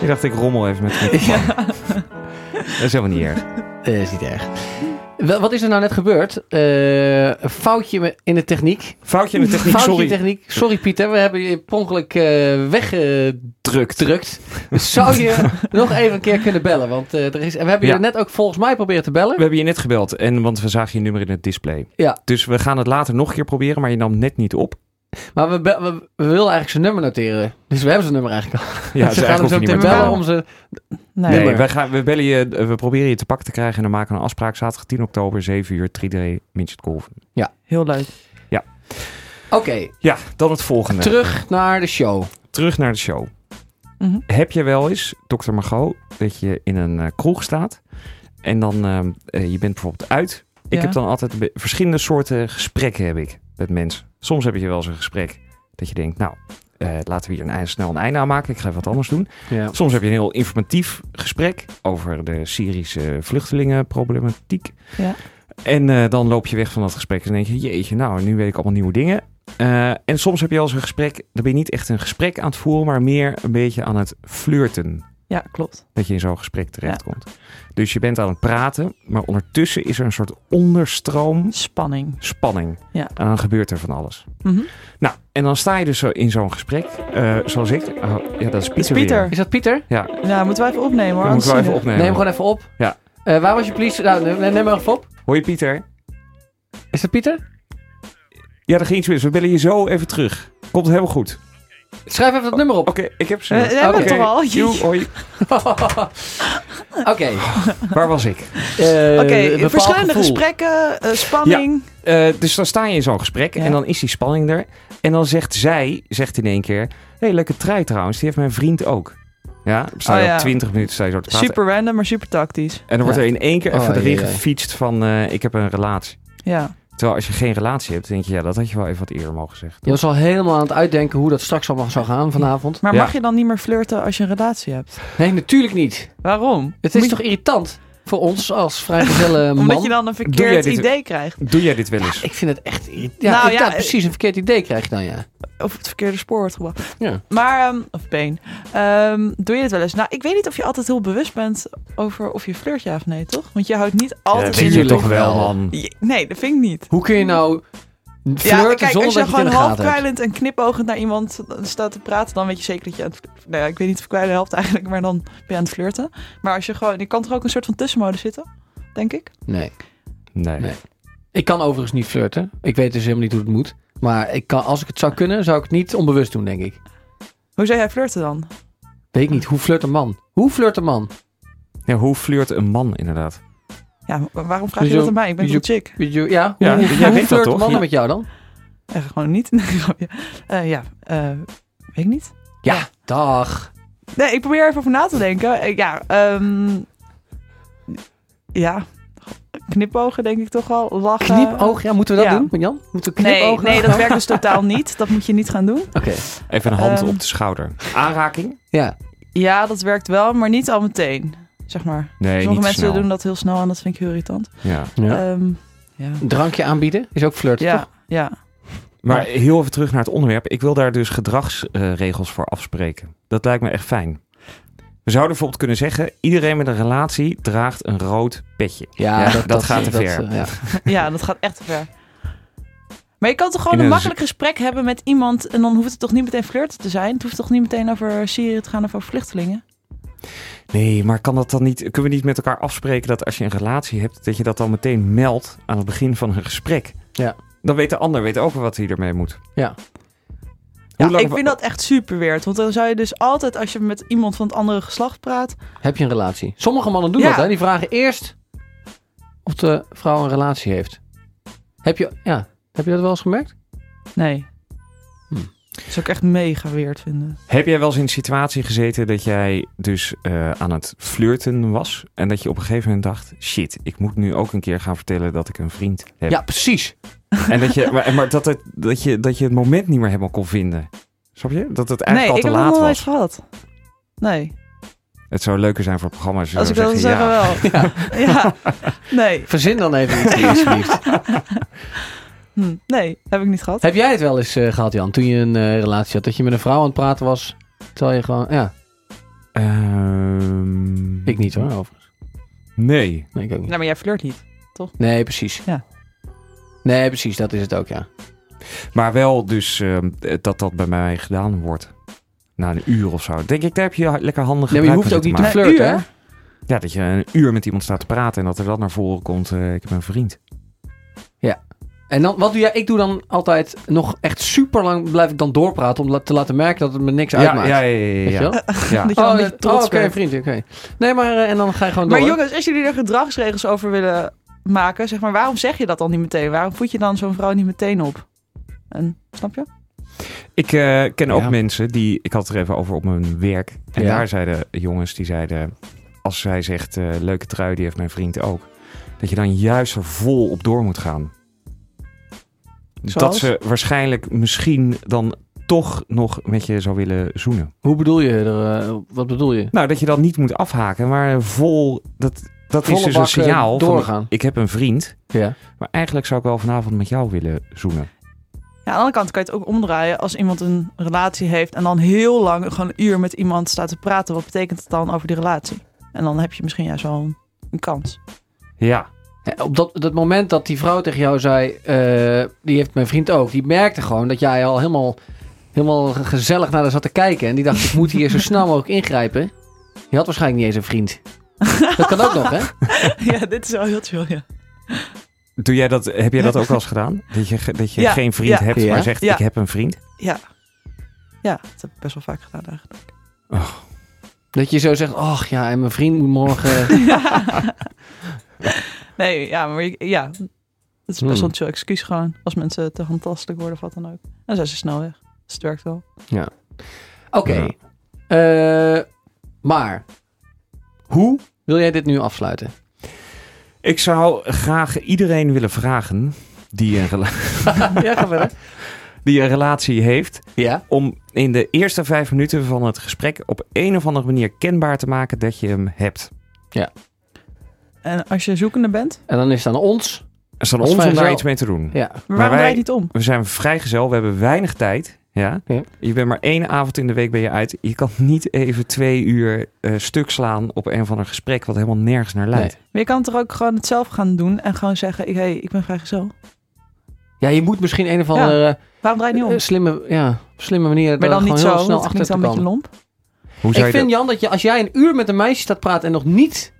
[SPEAKER 2] Ik dacht, ik rommel even met de microfoon. Dat is helemaal niet erg.
[SPEAKER 3] Eh, is niet erg. Wel, Wat is er nou net gebeurd? Eh, een foutje me- in de techniek.
[SPEAKER 2] Foutje in de techniek,
[SPEAKER 3] foutje
[SPEAKER 2] sorry.
[SPEAKER 3] in de techniek. Sorry Pieter, we hebben je per ongeluk eh, weggedrukt. Drukt. Dus zou je nog even een keer kunnen bellen? Want eh, er is, en we hebben
[SPEAKER 2] Ja.
[SPEAKER 3] je net ook volgens mij proberen te bellen.
[SPEAKER 2] We hebben je net gebeld, en, want we zagen je nummer in het display.
[SPEAKER 3] Ja.
[SPEAKER 2] Dus we gaan het later nog een keer proberen, maar je nam net niet op.
[SPEAKER 3] Maar we, be- we, we willen eigenlijk zijn nummer noteren. Dus we hebben zijn nummer eigenlijk al.
[SPEAKER 2] Ja,
[SPEAKER 3] ze gaan hem zo
[SPEAKER 2] hoef je
[SPEAKER 3] meteen
[SPEAKER 2] niet meer te bellen.
[SPEAKER 3] bellen om ze...
[SPEAKER 4] Nee.
[SPEAKER 2] Nee,
[SPEAKER 3] nummer.
[SPEAKER 2] wij gaan, we, bellen je, eh, we proberen je te pakken te krijgen en dan maken we een afspraak. Zaterdag 10 oktober, 7 uur, 3D, Midget Golf.
[SPEAKER 4] Heel leuk.
[SPEAKER 3] Oké,
[SPEAKER 2] Ja, dan het volgende.
[SPEAKER 3] terug naar de show.
[SPEAKER 2] Terug naar de show.
[SPEAKER 4] Mhm.
[SPEAKER 2] Heb je wel eens, dokter Margot, dat je in een eh, kroeg staat en dan ehm, eh, je bent bijvoorbeeld uit. Ik
[SPEAKER 4] Ja.
[SPEAKER 2] heb dan altijd een be- verschillende soorten gesprekken heb ik met mensen. Soms heb je wel eens een gesprek dat je denkt, nou, eh, laten we hier een, eind- snel een einde aan maken. Ik ga even wat anders doen.
[SPEAKER 3] Ja.
[SPEAKER 2] Soms heb je een heel informatief gesprek over de Syrische vluchtelingenproblematiek.
[SPEAKER 4] Ja.
[SPEAKER 2] En eh, dan loop je weg van dat gesprek en dan denk je, jeetje, nou, nu weet ik allemaal nieuwe dingen. Eh, en soms heb je al eens een gesprek, dan ben je niet echt een gesprek aan het voeren, maar meer een beetje aan het flirten.
[SPEAKER 4] Ja, klopt.
[SPEAKER 2] Dat je in zo'n gesprek terechtkomt. Dus je bent aan het praten, maar ondertussen is er een soort onderstroom
[SPEAKER 4] Spanning.
[SPEAKER 2] spanning.
[SPEAKER 4] Ja.
[SPEAKER 2] En dan gebeurt er van alles.
[SPEAKER 4] Mhm.
[SPEAKER 2] Nou, en dan sta je dus zo in zo'n gesprek, eh, zoals ik. Oh, ja, dat is Pieter.
[SPEAKER 4] Dat is
[SPEAKER 2] weer.
[SPEAKER 4] Pieter.
[SPEAKER 3] Is dat Pieter?
[SPEAKER 4] Ja, moeten we even opnemen hoor.
[SPEAKER 2] Dat moeten we
[SPEAKER 4] anders
[SPEAKER 2] even
[SPEAKER 4] zien
[SPEAKER 2] opnemen.
[SPEAKER 3] Neem hem gewoon even op.
[SPEAKER 2] Ja.
[SPEAKER 3] Eh, waar was je police? Nou, neem- neem maar even op.
[SPEAKER 2] Hoor je Pieter?
[SPEAKER 3] Is dat Pieter?
[SPEAKER 2] Ja, er ging iets mis. We bellen je zo even terug. Komt helemaal goed.
[SPEAKER 3] Schrijf even dat nummer op.
[SPEAKER 2] Oké, ik heb ze.
[SPEAKER 4] we hebben
[SPEAKER 3] het
[SPEAKER 4] toch al?
[SPEAKER 2] Joe, hoi.
[SPEAKER 3] Oké.
[SPEAKER 2] Waar was ik?
[SPEAKER 3] Eh,
[SPEAKER 4] Oké,
[SPEAKER 3] een bepaald
[SPEAKER 4] verschillende
[SPEAKER 3] gevoel.
[SPEAKER 4] gesprekken, eh, spanning.
[SPEAKER 2] Eh, dus dan sta je in zo'n gesprek
[SPEAKER 4] Ja.
[SPEAKER 2] en dan is die spanning er. En dan zegt zij, zegt in één keer... Hé, hey, leuke trui trouwens. Die heeft mijn vriend ook. Ja, dan sta je
[SPEAKER 4] Oh,
[SPEAKER 2] al
[SPEAKER 4] ja.
[SPEAKER 2] 20 minuten sta je zo te praten.
[SPEAKER 4] Super random, maar super tactisch.
[SPEAKER 2] En dan wordt
[SPEAKER 3] Ja.
[SPEAKER 2] er in één keer
[SPEAKER 3] Oh,
[SPEAKER 2] even erin
[SPEAKER 3] jee, jee.
[SPEAKER 2] gefietst van... eh, ik heb een relatie.
[SPEAKER 4] Ja.
[SPEAKER 2] Terwijl als je geen relatie hebt, denk je... Ja, dat had je wel even wat eerder mogen zeggen.
[SPEAKER 3] Je was al helemaal aan het uitdenken hoe dat straks allemaal zou gaan vanavond.
[SPEAKER 4] Maar
[SPEAKER 2] Ja.
[SPEAKER 4] mag je dan niet meer flirten als je een relatie hebt?
[SPEAKER 3] Nee, natuurlijk niet.
[SPEAKER 4] Waarom?
[SPEAKER 3] Het is toch irritant voor ons als vrijgezelle man?
[SPEAKER 4] Omdat je dan een
[SPEAKER 2] jij
[SPEAKER 4] verkeerd
[SPEAKER 2] dit-
[SPEAKER 4] idee krijgt.
[SPEAKER 2] Doe jij dit wel eens?
[SPEAKER 3] Ik vind het echt irritant. Ja,
[SPEAKER 4] Nou,
[SPEAKER 3] ik-
[SPEAKER 4] ja,
[SPEAKER 3] ja, precies. Een verkeerd idee krijg je dan, ja.
[SPEAKER 4] Of het verkeerde spoor wordt gebracht.
[SPEAKER 3] Ja.
[SPEAKER 4] Maar, ehm, of been. Ehm, doe je het wel eens? Nou, ik weet niet of je altijd heel bewust bent over of je flirt ja of nee, toch? Want je houdt niet altijd
[SPEAKER 3] vind
[SPEAKER 4] in
[SPEAKER 3] je
[SPEAKER 4] je
[SPEAKER 3] natuurlijk
[SPEAKER 2] toch wel,
[SPEAKER 3] wel.
[SPEAKER 2] man.
[SPEAKER 4] Je- Nee, dat vind ik niet.
[SPEAKER 3] Hoe kun je nou flirten
[SPEAKER 4] Mm. ja, kijk,
[SPEAKER 3] zonder
[SPEAKER 4] als je
[SPEAKER 3] dat je het in
[SPEAKER 4] gewoon
[SPEAKER 3] de
[SPEAKER 4] half
[SPEAKER 3] gaten hebt?
[SPEAKER 4] kwijlend en knipoogend naar iemand staat te praten, dan weet je zeker dat je aan het... Nou ja, ik weet niet of kwijlen helpt eigenlijk, maar dan ben je aan het flirten. Maar als je gewoon... Je kan toch ook een soort van tussenmode zitten, denk ik?
[SPEAKER 3] Nee.
[SPEAKER 2] Nee.
[SPEAKER 3] Nee. Ik kan overigens niet flirten. Ik weet dus helemaal niet hoe het moet. Maar ik kan, als ik het zou kunnen, zou ik het niet onbewust doen, denk ik.
[SPEAKER 4] Hoe zou jij flirten dan?
[SPEAKER 3] Weet ik niet. Hoe flirt een man? Hoe flirt een man?
[SPEAKER 2] Ja, hoe flirt een man inderdaad?
[SPEAKER 4] Ja, maar waarom vraag je
[SPEAKER 3] Hoezo-
[SPEAKER 4] dat aan mij? Ik ben
[SPEAKER 3] hoezo-
[SPEAKER 4] toch een chick?
[SPEAKER 3] Weet je- Ja,
[SPEAKER 2] Ja,
[SPEAKER 3] hoe,
[SPEAKER 2] jij
[SPEAKER 3] hoe
[SPEAKER 2] weet dat
[SPEAKER 3] flirten
[SPEAKER 2] toch?
[SPEAKER 3] mannen
[SPEAKER 2] Ja.
[SPEAKER 3] met jou dan?
[SPEAKER 4] Eh, gewoon niet. Nee, grapje. Eh, ja, eh, weet ik niet.
[SPEAKER 3] Ja, dag.
[SPEAKER 4] Nee, ik probeer even over na te denken. Eh, ja, ehm, ja, knipogen denk ik toch al. Lachen.
[SPEAKER 3] Knipoog, ja, moeten we dat
[SPEAKER 4] Ja.
[SPEAKER 3] doen, Jan? Moeten we
[SPEAKER 4] Nee,
[SPEAKER 3] knipoog?
[SPEAKER 4] nee, dat werkt dus totaal niet. Dat moet je niet gaan doen.
[SPEAKER 3] Oké,
[SPEAKER 2] Even een hand
[SPEAKER 4] Ehm.
[SPEAKER 2] op de schouder. Aanraking?
[SPEAKER 3] ja.
[SPEAKER 4] Ja, dat werkt wel, maar niet al meteen. Zeg maar.
[SPEAKER 2] Nee,
[SPEAKER 4] Sommige
[SPEAKER 2] niet
[SPEAKER 4] mensen
[SPEAKER 2] snel.
[SPEAKER 4] doen dat heel snel en dat vind ik heel irritant.
[SPEAKER 2] Ja.
[SPEAKER 3] ja.
[SPEAKER 4] Ehm, ja.
[SPEAKER 3] Een drankje aanbieden is ook flirten,
[SPEAKER 4] Ja,
[SPEAKER 3] toch?
[SPEAKER 4] ja.
[SPEAKER 2] Maar heel even terug naar het onderwerp. Ik wil daar dus gedragsregels voor afspreken. Dat lijkt me echt fijn. We zouden bijvoorbeeld kunnen zeggen: iedereen met een relatie draagt een rood petje. Ja, dat gaat te ver.
[SPEAKER 3] eh, ja.
[SPEAKER 4] ja, dat gaat echt te ver. Maar je kan toch gewoon
[SPEAKER 2] In
[SPEAKER 4] een
[SPEAKER 2] een
[SPEAKER 4] makkelijk gesprek hebben met iemand en dan hoeft het toch niet meteen flirten te zijn? Het hoeft toch niet meteen over Syrië te gaan of over vluchtelingen?
[SPEAKER 2] Nee, maar kan dat dan niet? Kunnen we niet met elkaar afspreken dat als je een relatie hebt, dat je dat dan meteen meldt aan het begin van een gesprek?
[SPEAKER 3] Ja.
[SPEAKER 2] Dan weet de ander weet ook wel wat hij ermee moet.
[SPEAKER 3] Ja.
[SPEAKER 4] Ja,
[SPEAKER 2] lang-
[SPEAKER 4] ik vind dat echt super weird. Want dan zou je dus altijd, als je met iemand van het andere geslacht praat...
[SPEAKER 3] Heb je een relatie? Sommige mannen doen
[SPEAKER 4] Ja.
[SPEAKER 3] dat, hè. Die vragen eerst of de vrouw een relatie heeft. Heb je, ja, heb je dat wel eens gemerkt?
[SPEAKER 4] Nee.
[SPEAKER 3] Hm.
[SPEAKER 2] Hmm.
[SPEAKER 4] Dat zou ik echt mega weird vinden.
[SPEAKER 2] Heb jij wel eens in een situatie gezeten dat jij dus eh, aan het flirten was en dat je op een gegeven moment dacht: shit, ik moet nu ook een keer gaan vertellen dat ik een vriend heb.
[SPEAKER 3] Ja, precies.
[SPEAKER 2] En dat je, maar, maar dat, het, dat, je, dat je het moment niet meer helemaal kon vinden. Snap je? Dat het eigenlijk
[SPEAKER 4] nee, ik
[SPEAKER 2] al
[SPEAKER 4] heb
[SPEAKER 2] te
[SPEAKER 4] dat nog
[SPEAKER 2] laat
[SPEAKER 4] nooit
[SPEAKER 2] was.
[SPEAKER 4] gehad. Nee,
[SPEAKER 2] Het zou leuker zijn voor het programma als je
[SPEAKER 4] als ik
[SPEAKER 2] zou
[SPEAKER 4] dat wil
[SPEAKER 2] zeggen,
[SPEAKER 4] zeggen
[SPEAKER 2] ja.
[SPEAKER 4] wel. Ja. Nee.
[SPEAKER 3] Verzin dan even iets, alsjeblieft.
[SPEAKER 4] Hm. Nee, heb ik niet gehad.
[SPEAKER 3] Heb jij het wel eens eh, gehad, Jan, toen je een eh, relatie had? Dat je met een vrouw aan het praten was, terwijl je gewoon... Ja,
[SPEAKER 2] Ehm,
[SPEAKER 3] Ik niet hoor, overigens.
[SPEAKER 2] Nee.
[SPEAKER 3] Nee, ik ook niet.
[SPEAKER 4] Nou, maar jij flirt niet.
[SPEAKER 3] Nee, precies.
[SPEAKER 4] Ja.
[SPEAKER 3] Nee, precies, dat is het ook, ja.
[SPEAKER 2] Maar wel dus ehm, dat dat bij mij gedaan wordt. Na een uur of zo. Denk ik, daar heb je ha- lekker handig
[SPEAKER 3] Nee, maar je
[SPEAKER 2] gebruik
[SPEAKER 3] hoeft
[SPEAKER 2] van
[SPEAKER 3] ook niet
[SPEAKER 2] zitten
[SPEAKER 3] te
[SPEAKER 4] maken.
[SPEAKER 3] flirten,
[SPEAKER 4] Nee,
[SPEAKER 3] hè?
[SPEAKER 4] uur.
[SPEAKER 2] maken. Ja, dat je een uur met iemand staat te praten en dat er dat naar voren komt. eh, ik heb een vriend.
[SPEAKER 3] En dan, wat doe jij? Ik doe dan altijd nog echt super lang, blijf ik dan doorpraten om la- te laten merken dat het me niks
[SPEAKER 2] ja,
[SPEAKER 3] uitmaakt.
[SPEAKER 2] ja, ja, ja,
[SPEAKER 3] Weet
[SPEAKER 2] ja.
[SPEAKER 3] je wel?
[SPEAKER 2] Ja.
[SPEAKER 4] Dat je dan
[SPEAKER 3] Oh,
[SPEAKER 4] een
[SPEAKER 3] dat-
[SPEAKER 4] beetje
[SPEAKER 3] oh,
[SPEAKER 4] trots
[SPEAKER 3] oké,
[SPEAKER 4] bent.
[SPEAKER 3] vriendje, oké. Nee, maar eh, en dan ga je gewoon door.
[SPEAKER 4] Maar jongens, als jullie er gedragsregels over willen maken, zeg maar, waarom zeg je dat dan niet meteen? Waarom voed je dan zo'n vrouw niet meteen op? En, snap je?
[SPEAKER 2] Ik eh, ken ook
[SPEAKER 3] Ja.
[SPEAKER 2] mensen die, ik had het er even over op mijn werk. En
[SPEAKER 3] Ja.
[SPEAKER 2] daar zeiden jongens, die zeiden, als zij zegt, eh, leuke trui, die heeft mijn vriend ook. Dat je dan juist er vol op door moet gaan. Dat
[SPEAKER 4] Zoals?
[SPEAKER 2] ze waarschijnlijk misschien dan toch nog met je zou willen zoenen.
[SPEAKER 3] Hoe bedoel je er, eh, wat bedoel je?
[SPEAKER 2] Nou, dat je dan niet moet afhaken, maar vol, dat, dat is
[SPEAKER 3] Volle
[SPEAKER 2] dus
[SPEAKER 3] bak,
[SPEAKER 2] een
[SPEAKER 3] eh,
[SPEAKER 2] signaal van,
[SPEAKER 3] Doorgaan.
[SPEAKER 2] ik heb een vriend,
[SPEAKER 3] Ja.
[SPEAKER 2] maar eigenlijk zou ik wel vanavond met jou willen zoenen.
[SPEAKER 4] Ja, aan de andere kant kan je het ook omdraaien als iemand een relatie heeft en dan heel lang, gewoon een uur met iemand staat te praten. Wat betekent het dan over die relatie? En dan heb je misschien juist wel een, een kans.
[SPEAKER 2] Ja,
[SPEAKER 3] Ja, Op dat, dat moment dat die vrouw tegen jou zei, eh, die heeft mijn vriend ook, die merkte gewoon dat jij al helemaal, helemaal ge- gezellig naar haar zat te kijken. En die dacht, ik moet hier zo snel mogelijk ingrijpen. Je had waarschijnlijk niet eens een vriend. Dat kan ook nog, hè?
[SPEAKER 4] ja, dit is wel heel chill, ja.
[SPEAKER 2] Doe jij dat, heb jij dat ook wel eens gedaan? Dat je, ge- dat je
[SPEAKER 4] Ja,
[SPEAKER 2] geen vriend
[SPEAKER 4] ja.
[SPEAKER 2] hebt,
[SPEAKER 3] Ja.
[SPEAKER 2] maar zegt
[SPEAKER 4] Ja.
[SPEAKER 2] ik heb een vriend?
[SPEAKER 4] Ja. Ja, dat heb ik best wel vaak gedaan eigenlijk.
[SPEAKER 3] Dat je zo zegt, ach ja, en mijn vriend moet morgen...
[SPEAKER 4] Nee, ja, maar ik- ja. Het is best
[SPEAKER 2] Hmm.
[SPEAKER 4] wel een chill excuus gewoon. Als mensen te handtastelijk worden of wat dan ook. Dan zijn ze snel weg. Dus het werkt wel.
[SPEAKER 3] Oké. Eh, maar, hoe wil jij dit nu afsluiten?
[SPEAKER 2] Ik zou graag iedereen willen vragen die een, rela-
[SPEAKER 3] ja, ga verder.
[SPEAKER 2] die een relatie heeft,
[SPEAKER 3] Ja?
[SPEAKER 2] om in de eerste vijf minuten van het gesprek op een of andere manier kenbaar te maken dat je hem hebt.
[SPEAKER 4] En als je zoekende bent,
[SPEAKER 3] En dan is het aan ons.
[SPEAKER 2] Het is aan
[SPEAKER 3] Als
[SPEAKER 2] ons om daar
[SPEAKER 3] vrijgezel.
[SPEAKER 2] iets mee te doen.
[SPEAKER 3] Ja.
[SPEAKER 4] maar waarom
[SPEAKER 2] wij-
[SPEAKER 4] draai je het niet om?
[SPEAKER 2] We zijn vrijgezel, we hebben weinig tijd. Ja?
[SPEAKER 3] Ja.
[SPEAKER 2] Je bent maar één avond in de week ben je uit. Je kan niet even twee uur eh, stuk slaan op een of ander gesprek wat helemaal nergens naar leidt.
[SPEAKER 4] Maar je kan toch ook gewoon het zelf gaan doen en gewoon zeggen, ik- hey, ik ben vrijgezel.
[SPEAKER 3] Ja, je moet misschien een of andere...
[SPEAKER 4] Waarom draai je niet om?
[SPEAKER 3] Eh, Slimme, ja, op slimme manier.
[SPEAKER 4] maar
[SPEAKER 3] er
[SPEAKER 4] dan
[SPEAKER 3] gewoon
[SPEAKER 4] niet
[SPEAKER 3] heel
[SPEAKER 4] zo,
[SPEAKER 3] snel
[SPEAKER 4] snel
[SPEAKER 3] achter
[SPEAKER 4] klinkt
[SPEAKER 3] te
[SPEAKER 4] dan een beetje
[SPEAKER 3] komen.
[SPEAKER 4] lomp.
[SPEAKER 2] Hoe zou
[SPEAKER 3] Ik
[SPEAKER 2] je dat-
[SPEAKER 3] vind, Jan, dat je, als jij een uur met een meisje staat praten en nog niet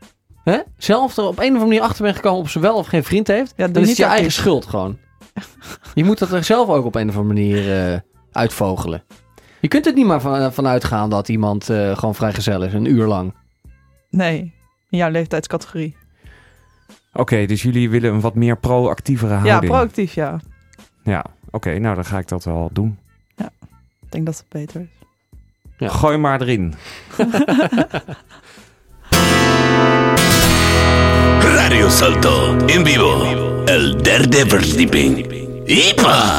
[SPEAKER 3] hè, zelf er op een of andere manier achter bent gekomen of ze wel of geen vriend heeft,
[SPEAKER 4] doe
[SPEAKER 3] dan is
[SPEAKER 4] niet
[SPEAKER 3] het je
[SPEAKER 4] actief.
[SPEAKER 3] eigen schuld gewoon. Je moet dat er zelf ook op een of andere manier eh, uitvogelen. Je kunt er niet maar van, van uitgaan dat iemand eh gewoon vrijgezel is, een uur lang.
[SPEAKER 4] Nee, in jouw leeftijdscategorie.
[SPEAKER 2] Oké, dus jullie willen een wat meer proactievere
[SPEAKER 4] Ja,
[SPEAKER 2] houding.
[SPEAKER 4] proactief, ja.
[SPEAKER 2] Ja, oké, nou dan ga ik dat wel doen.
[SPEAKER 4] Ik denk dat het beter is.
[SPEAKER 3] Ja.
[SPEAKER 2] Gooi maar erin.
[SPEAKER 7] Radio Salto en vivo. El derde verdieping. ¡Ipa!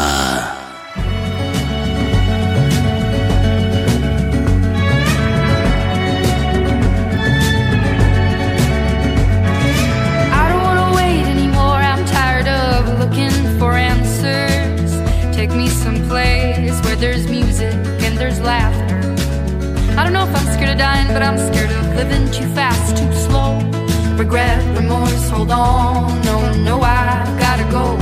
[SPEAKER 8] I don't wanna wait anymore. I'm tired of looking for answers. Take me someplace where there's music and there's laughter. I don't know if I'm scared of dying, but I'm scared of living too fast, too slow. Regret, remorse, hold on. No, no, I gotta go.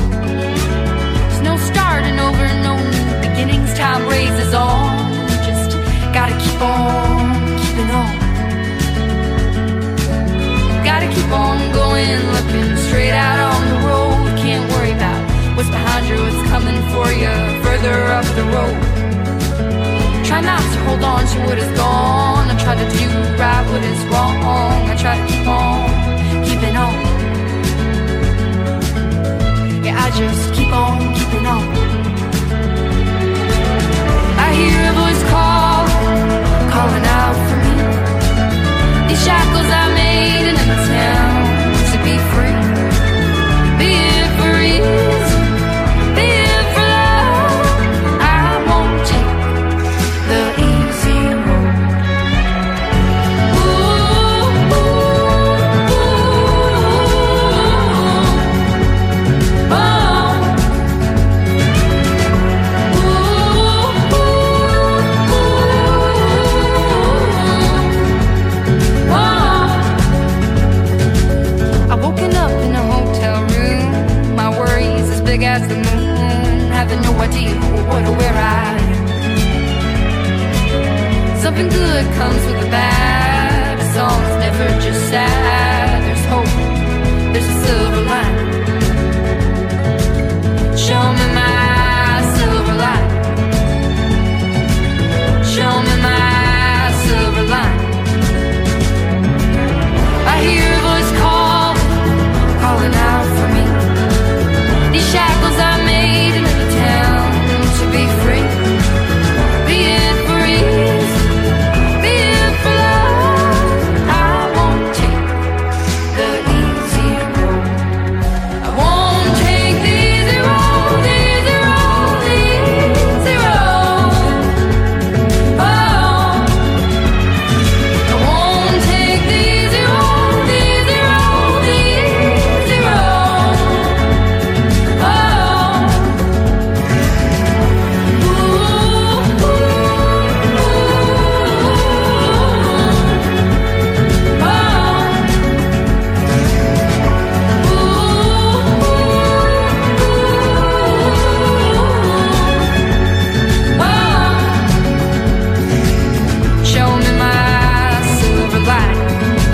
[SPEAKER 8] There's no starting over, no new beginnings. Time raises on. Just gotta keep on keeping on. Gotta keep on going, looking straight out on the road. Can't worry about what's behind you, what's coming for you further up the road. Try not to hold on to what is gone. I try to do right what is wrong. I try to keep on keeping on. Yeah, I just keep on keeping on. I hear a voice call, calling out for me. These shackles I made in a town to be free. Be it for ease, be it for love. I won't take the easy road. Ooh, ooh, Something good comes with the bad. A song's never just sad. There's hope. There's a silver lining. Show me my silver lining. Show me my silver lining. I hear a voice call, calling out for me. These shackles I made in the town to be free. Be it for ease, be it for love. I won't take the easy road. I won't take the easy road, easy road, easy road. Oh. I won't take the easy road, easy road, easy road. Oh. Show me my silver lining.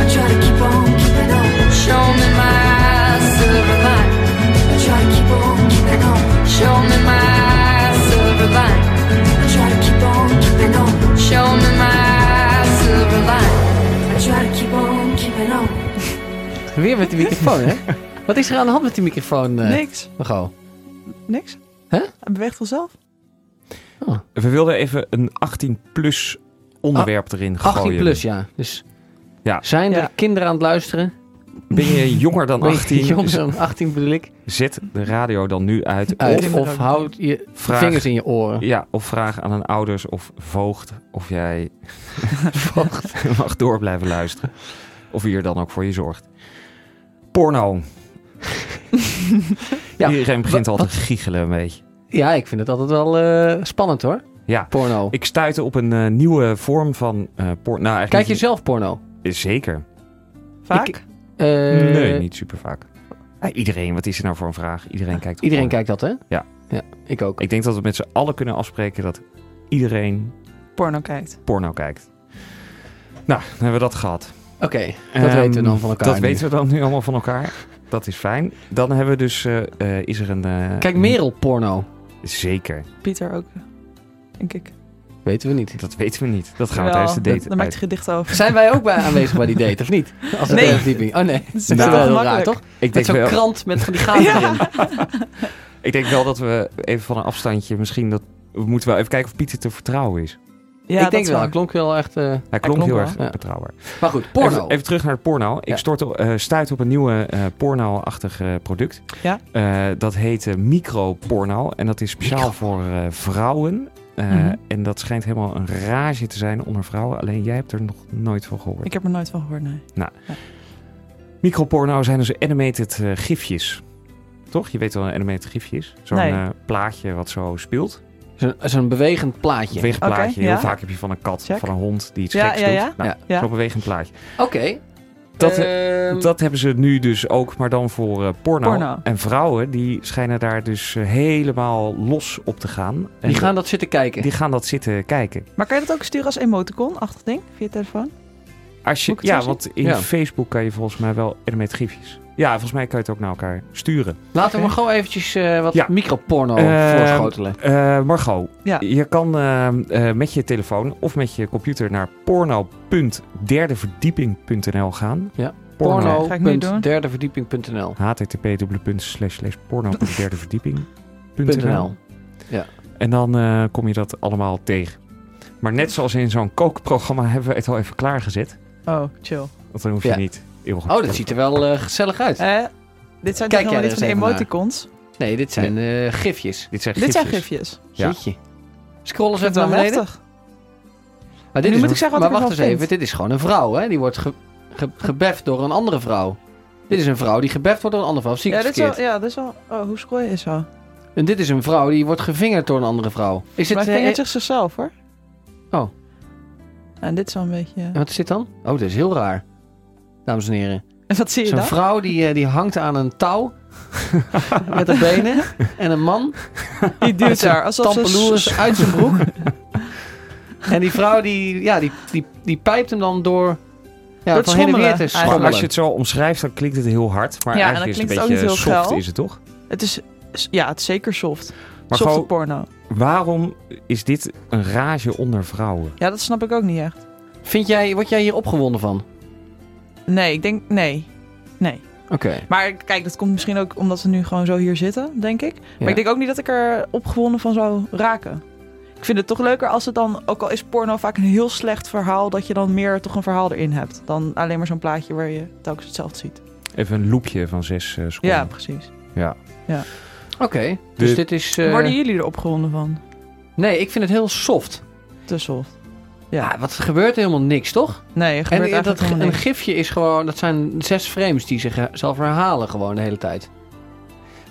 [SPEAKER 8] I try to keep on keeping on. Show me my silver lining. I try to keep on keeping on. Show me my silver lining. I try to keep on keeping on. Show me my silver lining. I try to keep on keeping on.
[SPEAKER 3] Weer met die microfoon, hè? Wat is er aan de hand met die microfoon, eh
[SPEAKER 4] Niks.
[SPEAKER 3] Mago?
[SPEAKER 4] Niks.
[SPEAKER 3] Hè?
[SPEAKER 4] Hij beweegt vanzelf.
[SPEAKER 2] We wilden even een 18-plus onderwerp erin gooien.
[SPEAKER 3] 18 Ah, plus, ja. Dus
[SPEAKER 2] Ja.
[SPEAKER 3] zijn er
[SPEAKER 4] Ja.
[SPEAKER 3] kinderen aan het luisteren?
[SPEAKER 2] Ben je jonger dan
[SPEAKER 3] Ben je
[SPEAKER 2] 18?
[SPEAKER 3] jonger dan 18 bedoel ik.
[SPEAKER 2] Zet de radio dan nu uit.
[SPEAKER 3] Uit,
[SPEAKER 2] Of,
[SPEAKER 3] of houd je
[SPEAKER 2] Vraag.
[SPEAKER 3] vingers in je oren.
[SPEAKER 2] ja, of vraag aan een ouders of voogd of jij mag door blijven luisteren. Of wie er dan ook voor je zorgt. Porno.
[SPEAKER 3] Ja,
[SPEAKER 2] Iedereen begint
[SPEAKER 3] wa-
[SPEAKER 2] al te giechelen een beetje.
[SPEAKER 3] Ja, ik vind het altijd wel eh, spannend, hoor.
[SPEAKER 2] Ja,
[SPEAKER 3] Porno.
[SPEAKER 2] ik stuitte op een eh, nieuwe vorm van eh porno. Nou, eigenlijk
[SPEAKER 3] Kijk je
[SPEAKER 2] niet-
[SPEAKER 3] zelf porno?
[SPEAKER 2] Zeker.
[SPEAKER 4] Vaak.
[SPEAKER 3] Ik- Eh,
[SPEAKER 2] Nee, niet super vaak. iedereen, wat is er nou voor een vraag? Iedereen kijkt op
[SPEAKER 3] Iedereen
[SPEAKER 2] porno.
[SPEAKER 3] kijkt dat, hè?
[SPEAKER 2] Ja.
[SPEAKER 3] ja ik ook.
[SPEAKER 2] Ik denk dat we met z'n allen kunnen afspreken dat iedereen
[SPEAKER 4] porno kijkt.
[SPEAKER 2] porno kijkt. Nou, dan hebben we dat gehad.
[SPEAKER 3] Oké, dat
[SPEAKER 2] Ehm,
[SPEAKER 3] weten we dan van elkaar
[SPEAKER 2] Dat
[SPEAKER 3] nu.
[SPEAKER 2] weten we dan nu allemaal van elkaar. Dat is fijn. Dan hebben we dus, eh, eh, is er een... eh,
[SPEAKER 3] Kijk Merel porno.
[SPEAKER 2] Zeker.
[SPEAKER 4] Pieter ook, denk ik.
[SPEAKER 3] Weten we niet.
[SPEAKER 2] Dat weten we niet. Dat gaan we
[SPEAKER 4] Jawel,
[SPEAKER 2] tijdens de
[SPEAKER 4] dat-
[SPEAKER 2] date
[SPEAKER 4] Daar maakt
[SPEAKER 2] uit.
[SPEAKER 4] hij gedicht over.
[SPEAKER 3] Zijn wij ook bij aanwezig bij die date, of niet? Als het
[SPEAKER 4] Nee.
[SPEAKER 3] ergens diep in- Oh nee, dat is
[SPEAKER 4] Nou,
[SPEAKER 3] wel heel raar,
[SPEAKER 4] makkelijk.
[SPEAKER 3] toch?
[SPEAKER 2] Ik
[SPEAKER 3] Met
[SPEAKER 2] denk,
[SPEAKER 3] zo'n
[SPEAKER 2] wel,
[SPEAKER 3] krant met van die gaten erin.
[SPEAKER 2] ik denk wel dat we even van een afstandje misschien... Dat, we moeten wel even kijken of Pieter te vertrouwen is.
[SPEAKER 4] Ja,
[SPEAKER 3] ik
[SPEAKER 4] dat
[SPEAKER 3] denk
[SPEAKER 4] is
[SPEAKER 3] wel,
[SPEAKER 4] waar.
[SPEAKER 3] het klonk wel echt... eh,
[SPEAKER 2] Hij klonk
[SPEAKER 4] klonk
[SPEAKER 2] heel
[SPEAKER 4] wel.
[SPEAKER 2] erg
[SPEAKER 3] Ja.
[SPEAKER 2] betrouwbaar.
[SPEAKER 3] Maar goed, porno.
[SPEAKER 2] Even, even terug naar de porno. Ik
[SPEAKER 3] Ja.
[SPEAKER 2] stort op- eh, stuit op een nieuwe eh porno-achtig eh, product.
[SPEAKER 4] Ja.
[SPEAKER 2] Eh, dat heet eh, microporno. En dat is speciaal voor eh, vrouwen. Eh,
[SPEAKER 4] Mhm.
[SPEAKER 2] En dat schijnt helemaal een rage te zijn onder vrouwen. Alleen jij hebt er nog nooit van gehoord.
[SPEAKER 4] Ik heb er nooit van gehoord, nee.
[SPEAKER 2] Microporno zijn dus animated eh, gifjes. Toch? Je weet wel wat een animated gifje is. Zo'n
[SPEAKER 4] Nee.
[SPEAKER 2] eh, plaatje wat zo speelt.
[SPEAKER 3] Zo'n zo'n bewegend plaatje.
[SPEAKER 2] Bewegend
[SPEAKER 4] Oké,
[SPEAKER 2] plaatje. Heel
[SPEAKER 4] ja.
[SPEAKER 2] vaak heb je van een kat,
[SPEAKER 4] Check.
[SPEAKER 2] van een hond die iets
[SPEAKER 4] Ja,
[SPEAKER 2] geks
[SPEAKER 4] ja,
[SPEAKER 2] doet.
[SPEAKER 4] ja.
[SPEAKER 2] Nou,
[SPEAKER 3] Ja.
[SPEAKER 4] Ja.
[SPEAKER 2] Zo'n bewegend plaatje.
[SPEAKER 3] Oké.
[SPEAKER 2] Dat,
[SPEAKER 3] Ehm,
[SPEAKER 2] Dat hebben ze nu dus ook, maar dan voor eh, porno.
[SPEAKER 4] Porno.
[SPEAKER 2] En vrouwen die schijnen daar dus eh, helemaal los op te gaan. En
[SPEAKER 3] die gaan dat zitten kijken.
[SPEAKER 2] die gaan dat zitten kijken.
[SPEAKER 4] Maar kan je dat ook sturen als emoticon-achtig ding? Via je telefoon?
[SPEAKER 2] Als je,
[SPEAKER 4] Moet ik het
[SPEAKER 2] ja,
[SPEAKER 4] zo zien?
[SPEAKER 2] want in
[SPEAKER 3] Ja.
[SPEAKER 2] Facebook kan je volgens mij wel er met gifjes. Ja, volgens mij kan je het ook naar elkaar sturen.
[SPEAKER 3] Laten we maar gewoon eventjes eh, wat
[SPEAKER 2] Ja.
[SPEAKER 3] microporno
[SPEAKER 2] Ehm,
[SPEAKER 3] voorschotelen.
[SPEAKER 2] Eh, Margot,
[SPEAKER 4] Ja.
[SPEAKER 2] je kan eh, eh, met je telefoon of met je computer naar porno.derdeverdieping.nl gaan.
[SPEAKER 3] Ja.
[SPEAKER 2] Porno.
[SPEAKER 4] Porno. Ga ik nu doen.
[SPEAKER 3] Porno.derdeverdieping.nl
[SPEAKER 2] http://porno.derdeverdieping.nl
[SPEAKER 3] .nl.
[SPEAKER 2] En dan eh, kom je dat allemaal tegen. Maar net zoals in zo'n kookprogramma hebben we het al even klaargezet.
[SPEAKER 4] Oh, chill.
[SPEAKER 2] Want dan hoef je
[SPEAKER 3] Ja.
[SPEAKER 2] niet eeuwig...
[SPEAKER 3] Oh, dat ziet er wel eh, gezellig uit.
[SPEAKER 4] Eh, dit
[SPEAKER 3] Kijk
[SPEAKER 4] zijn toch
[SPEAKER 3] jij
[SPEAKER 4] helemaal
[SPEAKER 3] er
[SPEAKER 4] niet
[SPEAKER 3] eens
[SPEAKER 4] van die
[SPEAKER 3] even naar.
[SPEAKER 4] emoticons?
[SPEAKER 3] Nee, dit zijn eh, gifjes.
[SPEAKER 2] Dit zijn
[SPEAKER 4] Dit
[SPEAKER 2] gifjes.
[SPEAKER 4] zijn gifjes.
[SPEAKER 2] Ja.
[SPEAKER 3] Zit je. Scroll eens
[SPEAKER 4] Ik vind
[SPEAKER 3] even naar
[SPEAKER 4] het wel
[SPEAKER 3] beneden.
[SPEAKER 4] heftig.
[SPEAKER 3] Maar, dit
[SPEAKER 4] Nu
[SPEAKER 3] is,
[SPEAKER 4] moet ik zeggen wat
[SPEAKER 3] maar
[SPEAKER 4] ik
[SPEAKER 3] wacht eens
[SPEAKER 4] ervan
[SPEAKER 3] even,
[SPEAKER 4] vind.
[SPEAKER 3] dit is gewoon een vrouw, hè? Die wordt ge, ge- gebeft door een andere vrouw. Dit is een vrouw die gebeft wordt door een andere vrouw. Zie ik
[SPEAKER 4] Ja,
[SPEAKER 3] het
[SPEAKER 4] dit is wel...
[SPEAKER 3] verkeerd?
[SPEAKER 4] Ja, dit is wel oh, hoe scroll je zo? Maar
[SPEAKER 3] En dit is een vrouw die wordt gevingerd door een andere vrouw. Is dit,
[SPEAKER 4] hij
[SPEAKER 3] eh,
[SPEAKER 4] vingert zich zichzelf, hoor.
[SPEAKER 3] Oh.
[SPEAKER 4] En dit is wel een beetje...
[SPEAKER 3] eh, wat is dit dan? Oh, dit is heel raar. Dames en heren.
[SPEAKER 4] En wat zie je
[SPEAKER 3] Zo'n
[SPEAKER 4] dan?
[SPEAKER 3] vrouw die, eh, die hangt aan een touw. met haar benen. En een man
[SPEAKER 4] Die duwt daar alsof ze...
[SPEAKER 3] tampeloers uit zijn broek. En die vrouw die, ja, die, die, die pijpt hem dan door, ja,
[SPEAKER 4] het
[SPEAKER 3] van heen en weer
[SPEAKER 4] schommelen,
[SPEAKER 3] te
[SPEAKER 4] eigenlijk.
[SPEAKER 2] Maar
[SPEAKER 3] schommelen.
[SPEAKER 2] als je het zo omschrijft, dan klinkt het heel hard. Maar
[SPEAKER 4] Ja, en
[SPEAKER 2] eigenlijk is het
[SPEAKER 4] dan
[SPEAKER 2] een
[SPEAKER 4] klinkt het
[SPEAKER 2] beetje
[SPEAKER 4] ook niet heel
[SPEAKER 2] soft,
[SPEAKER 4] fel.
[SPEAKER 2] is het toch?
[SPEAKER 4] Het is, ja, het is zeker soft.
[SPEAKER 2] Maar
[SPEAKER 4] Softe
[SPEAKER 2] gewoon,
[SPEAKER 4] porno.
[SPEAKER 2] waarom is dit een rage onder vrouwen?
[SPEAKER 4] Ja, dat snap ik ook niet echt.
[SPEAKER 3] Vind jij, word jij hier opgewonden van?
[SPEAKER 4] Nee, ik denk, nee. Nee.
[SPEAKER 3] Oké.
[SPEAKER 4] Maar kijk, dat komt misschien ook omdat we nu gewoon zo hier zitten, denk ik. Maar
[SPEAKER 3] Ja.
[SPEAKER 4] ik denk ook niet dat ik er opgewonden van zou raken. Ik vind het toch leuker als het dan, ook al is porno vaak een heel slecht verhaal, dat je dan meer toch een verhaal erin hebt. Dan alleen maar zo'n plaatje waar je telkens hetzelfde ziet.
[SPEAKER 2] Even een loopje van zes eh,
[SPEAKER 4] Ja,
[SPEAKER 2] seconden.
[SPEAKER 4] precies.
[SPEAKER 3] Oké, dus
[SPEAKER 2] Dit-
[SPEAKER 3] dit is... eh,
[SPEAKER 4] Worden jullie er opgewonden van?
[SPEAKER 3] Nee, ik vind het heel soft.
[SPEAKER 4] Te soft.
[SPEAKER 3] Ja,
[SPEAKER 4] Ja.
[SPEAKER 3] wat er gebeurt er helemaal niks, toch?
[SPEAKER 4] Nee, er
[SPEAKER 3] En
[SPEAKER 4] gebeurt
[SPEAKER 3] eh, dat,
[SPEAKER 4] eigenlijk
[SPEAKER 3] ge-
[SPEAKER 4] helemaal
[SPEAKER 3] een
[SPEAKER 4] niks.
[SPEAKER 3] gifje is gewoon... Dat zijn zes frames die zichzelf herhalen gewoon de hele tijd.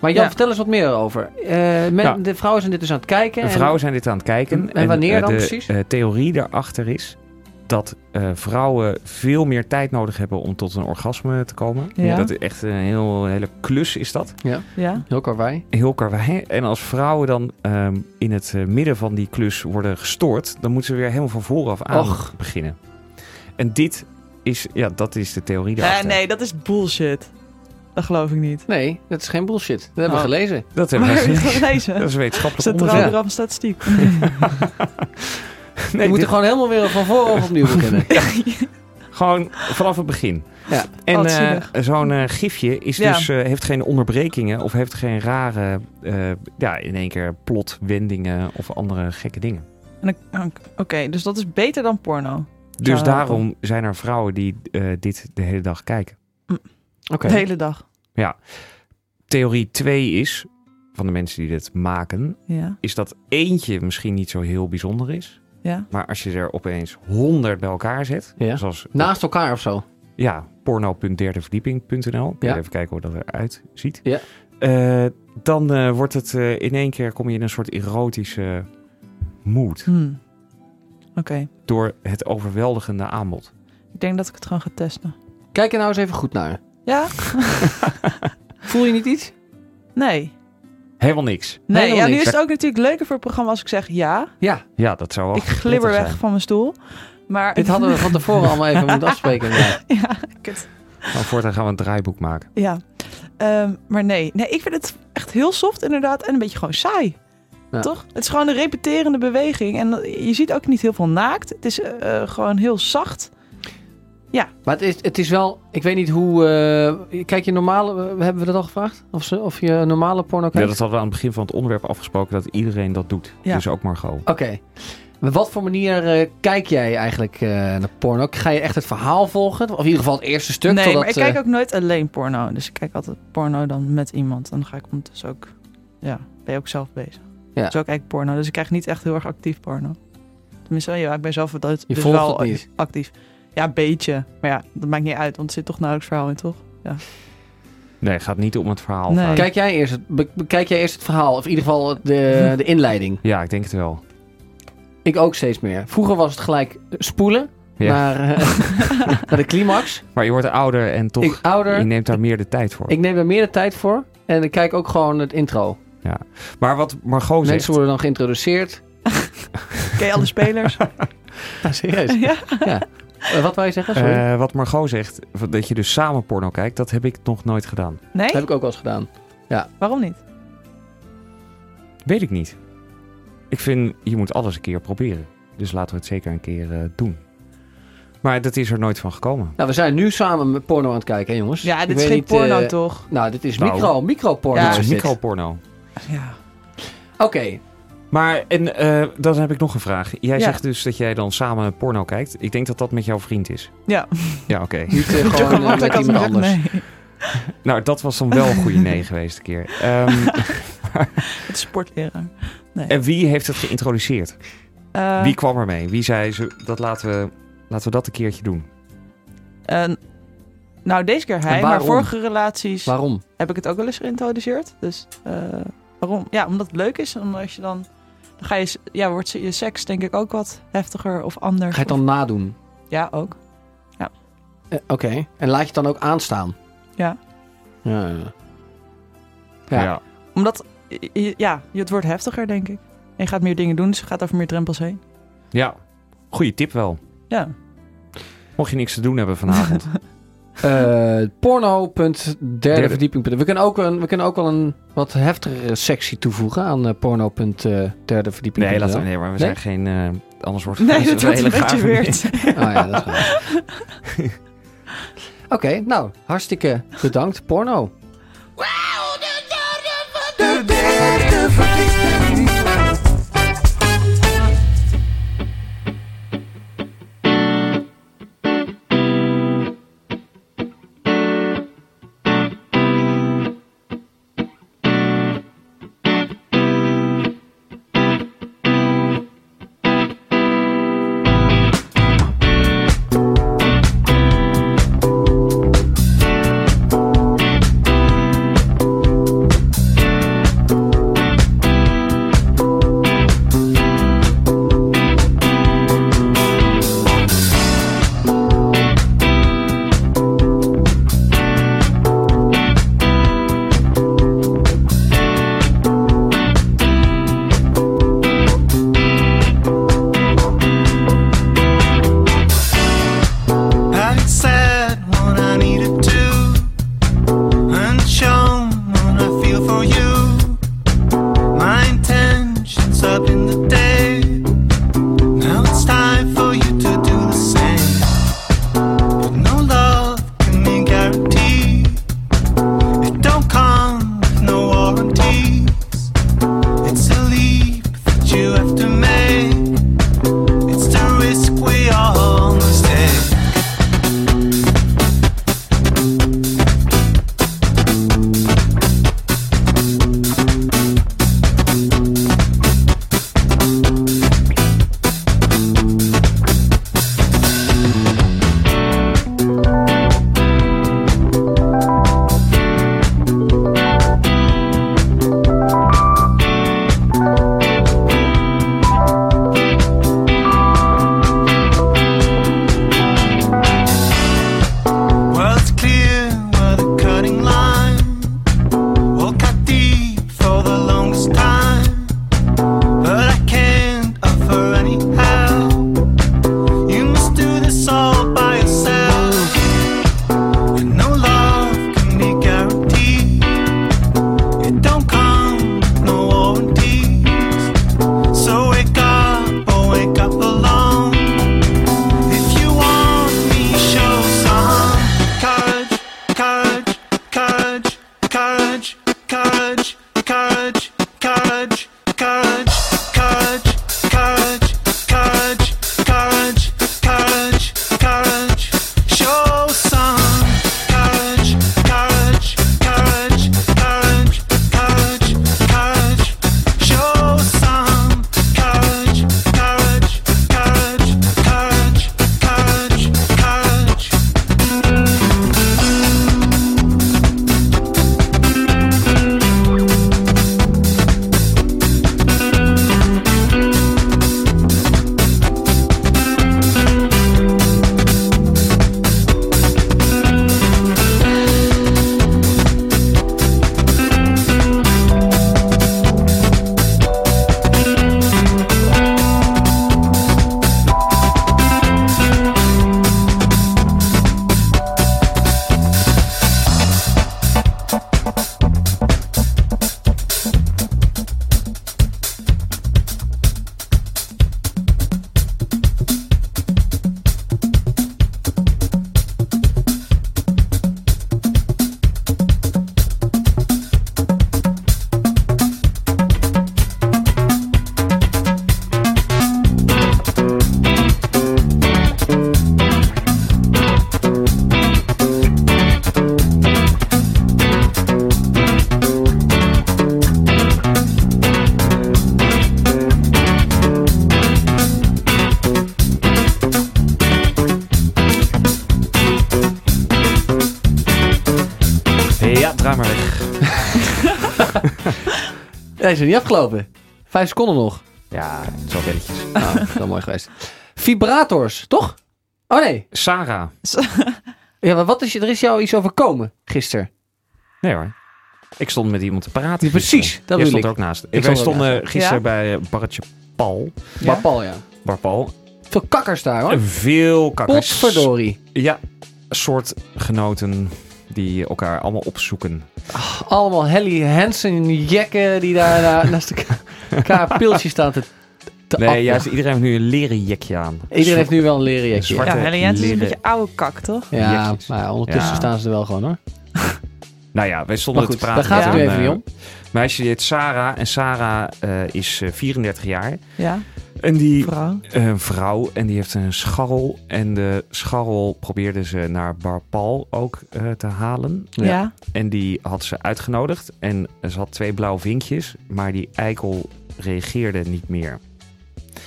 [SPEAKER 3] Maar Jan,
[SPEAKER 4] Ja.
[SPEAKER 3] vertel eens wat meer over. Eh, men-
[SPEAKER 2] Nou.
[SPEAKER 3] De vrouwen zijn dit dus aan het kijken.
[SPEAKER 2] De
[SPEAKER 3] en-
[SPEAKER 2] vrouwen zijn dit aan het kijken.
[SPEAKER 3] En wanneer
[SPEAKER 2] eh,
[SPEAKER 3] dan
[SPEAKER 2] de,
[SPEAKER 3] precies?
[SPEAKER 2] eh, theorie daarachter is dat eh, vrouwen veel meer tijd nodig hebben om tot een orgasme te komen.
[SPEAKER 4] Ja.
[SPEAKER 2] Dat is echt een heel, hele klus is dat.
[SPEAKER 4] Ja?
[SPEAKER 3] Heel karwei.
[SPEAKER 2] Heel karwei. En als vrouwen dan ehm, in het eh, midden van die klus worden gestoord, dan moeten ze weer helemaal van vooraf aan
[SPEAKER 3] Och.
[SPEAKER 2] beginnen. En dit is, ja, dat is de theorie
[SPEAKER 4] Ja,
[SPEAKER 2] daarachter.
[SPEAKER 4] nee, dat is bullshit. Dat geloof ik niet.
[SPEAKER 3] Nee, dat is geen bullshit. Dat hebben
[SPEAKER 4] Oh.
[SPEAKER 3] we gelezen.
[SPEAKER 2] Dat hebben
[SPEAKER 4] Maar
[SPEAKER 2] we
[SPEAKER 4] heb je
[SPEAKER 2] gezien.
[SPEAKER 4] dat
[SPEAKER 2] Dat
[SPEAKER 4] gelezen?
[SPEAKER 2] is wetenschappelijk onderzoek.
[SPEAKER 4] Centraal
[SPEAKER 3] onderzoek.
[SPEAKER 4] Bureau van Statistiek.
[SPEAKER 2] Nee,
[SPEAKER 3] we
[SPEAKER 2] dit-
[SPEAKER 3] moeten gewoon helemaal weer van voren opnieuw beginnen.
[SPEAKER 2] Gewoon vanaf het begin.
[SPEAKER 3] Ja.
[SPEAKER 2] En
[SPEAKER 4] Wat
[SPEAKER 2] eh,
[SPEAKER 4] zielig.
[SPEAKER 2] zo'n eh, gifje is
[SPEAKER 4] Ja.
[SPEAKER 2] dus, eh, heeft geen onderbrekingen of heeft geen rare, eh, ja, in één keer plotwendingen of andere gekke dingen.
[SPEAKER 4] En dan- Oké, dus dat is beter dan porno.
[SPEAKER 2] Dus
[SPEAKER 4] Ja.
[SPEAKER 2] daarom zijn er vrouwen die eh, dit de hele dag kijken.
[SPEAKER 3] Oké.
[SPEAKER 4] De hele dag.
[SPEAKER 2] Theorie 2 is, van de mensen die dit maken,
[SPEAKER 4] Ja.
[SPEAKER 2] is dat eentje misschien niet zo heel bijzonder is.
[SPEAKER 4] Ja.
[SPEAKER 2] Maar als je er opeens honderd bij elkaar zet,
[SPEAKER 3] Ja.
[SPEAKER 2] zoals
[SPEAKER 4] Nou.
[SPEAKER 3] Naast elkaar of zo.
[SPEAKER 2] ja, porno.derdeverdieping.nl. Kun je
[SPEAKER 3] Ja.
[SPEAKER 2] Even kijken hoe dat eruit ziet.
[SPEAKER 3] Ja.
[SPEAKER 2] Eh, dan eh, wordt het eh, in één keer kom je in een soort erotische mood
[SPEAKER 4] Hmm. Oké,
[SPEAKER 2] door het overweldigende aanbod.
[SPEAKER 4] ik denk dat ik het gewoon ga testen.
[SPEAKER 3] Kijk er nou eens even goed naar.
[SPEAKER 4] Ja?
[SPEAKER 3] Voel je niet iets?
[SPEAKER 4] Nee.
[SPEAKER 2] Helemaal niks.
[SPEAKER 4] Nee,
[SPEAKER 3] Helemaal
[SPEAKER 4] ja, nu
[SPEAKER 3] niks.
[SPEAKER 4] is het ook natuurlijk leuker voor het programma als ik zeg ja.
[SPEAKER 3] Ja,
[SPEAKER 2] Ja, dat zou wel
[SPEAKER 4] ik glibber
[SPEAKER 2] prettig
[SPEAKER 4] weg van mijn stoel. Maar
[SPEAKER 3] dit hadden we van tevoren allemaal even moeten afspreken. Ja.
[SPEAKER 4] ja, kut.
[SPEAKER 2] zijn. Maar Nou, voortaan gaan we een draaiboek maken.
[SPEAKER 4] Ja. Ehm, maar nee. nee, ik vind het echt heel soft inderdaad en een beetje gewoon saai.
[SPEAKER 3] Ja.
[SPEAKER 4] Toch? Het is gewoon een repeterende beweging en eh, je ziet ook niet heel veel naakt. Het is eh, eh, gewoon heel zacht.
[SPEAKER 3] Maar het is, het is wel, ik weet niet hoe. eh, kijk, je normale, eh, hebben we dat al gevraagd? Of, ze, of je normale porno
[SPEAKER 2] Ja,
[SPEAKER 3] kijkt?
[SPEAKER 2] dat hadden we aan het begin van het onderwerp afgesproken dat iedereen dat doet.
[SPEAKER 4] Ja.
[SPEAKER 2] Dus ook Margot.
[SPEAKER 3] Oké. Maar Wat voor manier eh, kijk jij eigenlijk eh, naar porno? Ga je echt het verhaal volgen? Of in ieder geval het eerste stuk?
[SPEAKER 4] nee,
[SPEAKER 3] totdat,
[SPEAKER 4] maar ik
[SPEAKER 3] eh,
[SPEAKER 4] kijk ook nooit alleen porno. Dus ik kijk altijd porno dan met iemand. En dan ga ik ondertussen ook... Ja, ben je ook zelf bezig.
[SPEAKER 3] Ja.
[SPEAKER 4] Dus ook kijk porno. Dus ik krijg niet echt heel erg actief porno. Tenminste, ja, ik ben zelf dat,
[SPEAKER 3] Je
[SPEAKER 4] dus
[SPEAKER 3] volgt
[SPEAKER 4] wel
[SPEAKER 3] het niet.
[SPEAKER 4] actief. Ja, een beetje. Maar ja, dat maakt niet uit. Want er zit toch nauwelijks verhaal in, toch?
[SPEAKER 2] Nee, het gaat niet om het verhaal.
[SPEAKER 4] Nee.
[SPEAKER 2] gaan.
[SPEAKER 3] Kijk jij eerst het, be- bekijk jij eerst het verhaal? Of in ieder geval het- de,
[SPEAKER 4] Hm.
[SPEAKER 3] de inleiding?
[SPEAKER 2] Ja, ik denk het wel.
[SPEAKER 3] Ik ook steeds meer. Vroeger was het gelijk eh, spoelen
[SPEAKER 2] Ja.
[SPEAKER 3] naar, eh, naar de climax.
[SPEAKER 2] Maar je wordt ouder en toch,
[SPEAKER 3] Ik ouder.
[SPEAKER 2] je neemt daar meer de tijd voor.
[SPEAKER 3] Ik neem er meer de tijd voor. En ik kijk ook gewoon het intro.
[SPEAKER 2] Maar wat Margot zegt,
[SPEAKER 3] Mensen worden dan geïntroduceerd.
[SPEAKER 4] Ken je alle spelers?
[SPEAKER 3] Ja, serieus.
[SPEAKER 4] ja.
[SPEAKER 3] Eh, wat wij zeggen? Sorry.
[SPEAKER 2] Eh, wat Margot zegt, v- dat je dus samen porno kijkt, dat heb ik nog nooit gedaan.
[SPEAKER 4] Nee?
[SPEAKER 3] Dat heb ik ook wel eens gedaan.
[SPEAKER 4] Waarom niet?
[SPEAKER 2] Weet ik niet. Ik vind, je moet alles een keer proberen. Dus laten we het zeker een keer eh, doen. Maar dat is er nooit van gekomen.
[SPEAKER 3] Nou, we zijn nu samen met porno aan het kijken, hè, jongens.
[SPEAKER 4] Ja,
[SPEAKER 3] Ik
[SPEAKER 4] dit is
[SPEAKER 3] weet
[SPEAKER 4] geen
[SPEAKER 3] niet,
[SPEAKER 4] porno,
[SPEAKER 3] eh,
[SPEAKER 4] toch?
[SPEAKER 3] Nou, dit is
[SPEAKER 2] Nou.
[SPEAKER 3] micro, micro-porno.
[SPEAKER 4] Ja,
[SPEAKER 2] dat
[SPEAKER 3] is
[SPEAKER 2] is
[SPEAKER 3] dit.
[SPEAKER 2] microporno.
[SPEAKER 4] Ja.
[SPEAKER 3] Oké,
[SPEAKER 2] Maar, en eh, dan heb ik nog een vraag. Jij
[SPEAKER 4] Ja.
[SPEAKER 2] zegt dus dat jij dan samen porno kijkt. Ik denk dat dat met jouw vriend is.
[SPEAKER 4] Ja.
[SPEAKER 2] Ja, oké.
[SPEAKER 3] niet eh,
[SPEAKER 4] Zo
[SPEAKER 3] gewoon eh,
[SPEAKER 4] gemakkelijk
[SPEAKER 3] met
[SPEAKER 4] als
[SPEAKER 3] iemand
[SPEAKER 4] ik zeg
[SPEAKER 3] anders.
[SPEAKER 4] nee.
[SPEAKER 2] Nou, dat was dan wel een goede nee geweest een keer. Ehm,
[SPEAKER 4] Het is sportleraar.
[SPEAKER 2] en wie heeft het geïntroduceerd?
[SPEAKER 4] Eh,
[SPEAKER 2] Wie kwam er mee? Wie zei, ze, dat laten, we, laten we dat een keertje doen?
[SPEAKER 4] en- eh, nou, deze keer
[SPEAKER 3] En
[SPEAKER 4] hij. Maar
[SPEAKER 3] waarom?
[SPEAKER 4] vorige relaties...
[SPEAKER 3] Waarom?
[SPEAKER 4] heb ik het ook wel eens geïntroduceerd. Dus eh, waarom? Ja, omdat het leuk is. Omdat je dan, dan ga je, s- ja, wordt je seks denk ik ook wat heftiger of anders.
[SPEAKER 3] Ga je het dan nadoen?
[SPEAKER 4] Ja, ook.
[SPEAKER 3] Eh, Oké, en laat je het dan ook aanstaan?
[SPEAKER 4] Ja.
[SPEAKER 3] Ja, ja. Ja.
[SPEAKER 4] Omdat, i- i- ja, je- het wordt heftiger denk ik. En je gaat meer dingen doen, dus je gaat over meer drempels heen.
[SPEAKER 2] Ja. Goeie tip wel.
[SPEAKER 4] Ja.
[SPEAKER 2] Mocht je niks te doen hebben vanavond.
[SPEAKER 3] Eh
[SPEAKER 2] Derde.
[SPEAKER 3] porno.derdeverdieping.nl. We kunnen ook een, we kunnen ook wel een wat heftigere sectie toevoegen aan eh porno.derdeverdieping.nl.
[SPEAKER 2] nee, laten we, nee, maar we
[SPEAKER 3] Nee?
[SPEAKER 2] zijn geen... eh, anders wordt het
[SPEAKER 4] Nee,
[SPEAKER 2] gewoon
[SPEAKER 4] dat wordt
[SPEAKER 2] hele
[SPEAKER 4] een beetje
[SPEAKER 2] gave-
[SPEAKER 4] weird.
[SPEAKER 3] Oh ja, dat is waar. Oké, nou, hartstikke bedankt, porno.
[SPEAKER 6] I said what I needed to and shown what I feel for you. My intentions up in the day. Now it's time for you to do the same. But no love can be guaranteed. It don't come with no warranties. It's a leap that you have to make. It's the risk we all must take. Well, it's clear where the cutting line will cut deep for the longest time. But I can't offer any help. You must do this all by yourself. And no love can be guaranteed. It don't come with no warranties. So wake up or wake up alone. If you want me, show some courage, courage, courage, courage, courage, courage, courage, courage, courage, courage, courage, courage, courage, courage, show some courage, courage, courage, courage, courage, courage, show some courage, courage, courage, courage, courage, courage.
[SPEAKER 2] Ja, draai maar weg.
[SPEAKER 3] Deze is nog niet afgelopen. Vijf seconden nog.
[SPEAKER 2] Ja, zo belletjes.
[SPEAKER 3] Nou, dat is wel mooi geweest. Vibrators, toch? Oh nee.
[SPEAKER 2] Sarah.
[SPEAKER 3] Ja, maar wat is je, er is jou iets overkomen gisteren.
[SPEAKER 2] Nee hoor. Ik stond met iemand te praten.
[SPEAKER 3] Ja, precies,
[SPEAKER 2] gisteren.
[SPEAKER 3] dat
[SPEAKER 2] Jij
[SPEAKER 3] bedoel
[SPEAKER 2] stond
[SPEAKER 3] ik.
[SPEAKER 2] er ook naast.
[SPEAKER 3] stond
[SPEAKER 2] Wij
[SPEAKER 3] er ook
[SPEAKER 2] stonden gisteren
[SPEAKER 4] Ja?
[SPEAKER 2] bij eh, Barretje Paul.
[SPEAKER 3] Maar Paul, ja.
[SPEAKER 2] Bar Paul.
[SPEAKER 3] Veel kakkers daar hoor.
[SPEAKER 2] Veel kakkers.
[SPEAKER 3] Potverdorie.
[SPEAKER 2] Ja, soortgenoten die elkaar allemaal opzoeken.
[SPEAKER 3] Allemaal Helly Hansen jekken die daar na- naast elkaar pilsjes staan te, te
[SPEAKER 2] Nee,
[SPEAKER 3] appen.
[SPEAKER 2] juist, iedereen heeft nu een leren jekje aan.
[SPEAKER 3] Iedereen heeft nu wel een leren
[SPEAKER 2] een
[SPEAKER 3] jekje.
[SPEAKER 2] zwarte
[SPEAKER 4] Ja, Helly Jens is een
[SPEAKER 2] leren-
[SPEAKER 4] beetje oude kak, toch?
[SPEAKER 3] Ja,
[SPEAKER 2] jekjes.
[SPEAKER 3] maar ja, ondertussen
[SPEAKER 2] Ja.
[SPEAKER 3] staan ze er wel gewoon hoor.
[SPEAKER 2] Nou ja, wij stonden
[SPEAKER 3] Maar goed,
[SPEAKER 2] te praten.
[SPEAKER 3] daar gaat het
[SPEAKER 2] met
[SPEAKER 3] nu
[SPEAKER 2] een,
[SPEAKER 3] even niet
[SPEAKER 2] eh,
[SPEAKER 3] om.
[SPEAKER 2] Meisje die heet Sarah. En Sarah eh, is eh, 34 jaar.
[SPEAKER 4] Ja,
[SPEAKER 2] En die
[SPEAKER 4] vrouw.
[SPEAKER 2] eh, een vrouw en die heeft een scharrel. En de scharrel probeerde ze naar Barpal ook eh, te halen.
[SPEAKER 4] Ja.
[SPEAKER 2] En die had ze uitgenodigd. En ze had twee blauwe vinkjes, maar die eikel reageerde niet meer.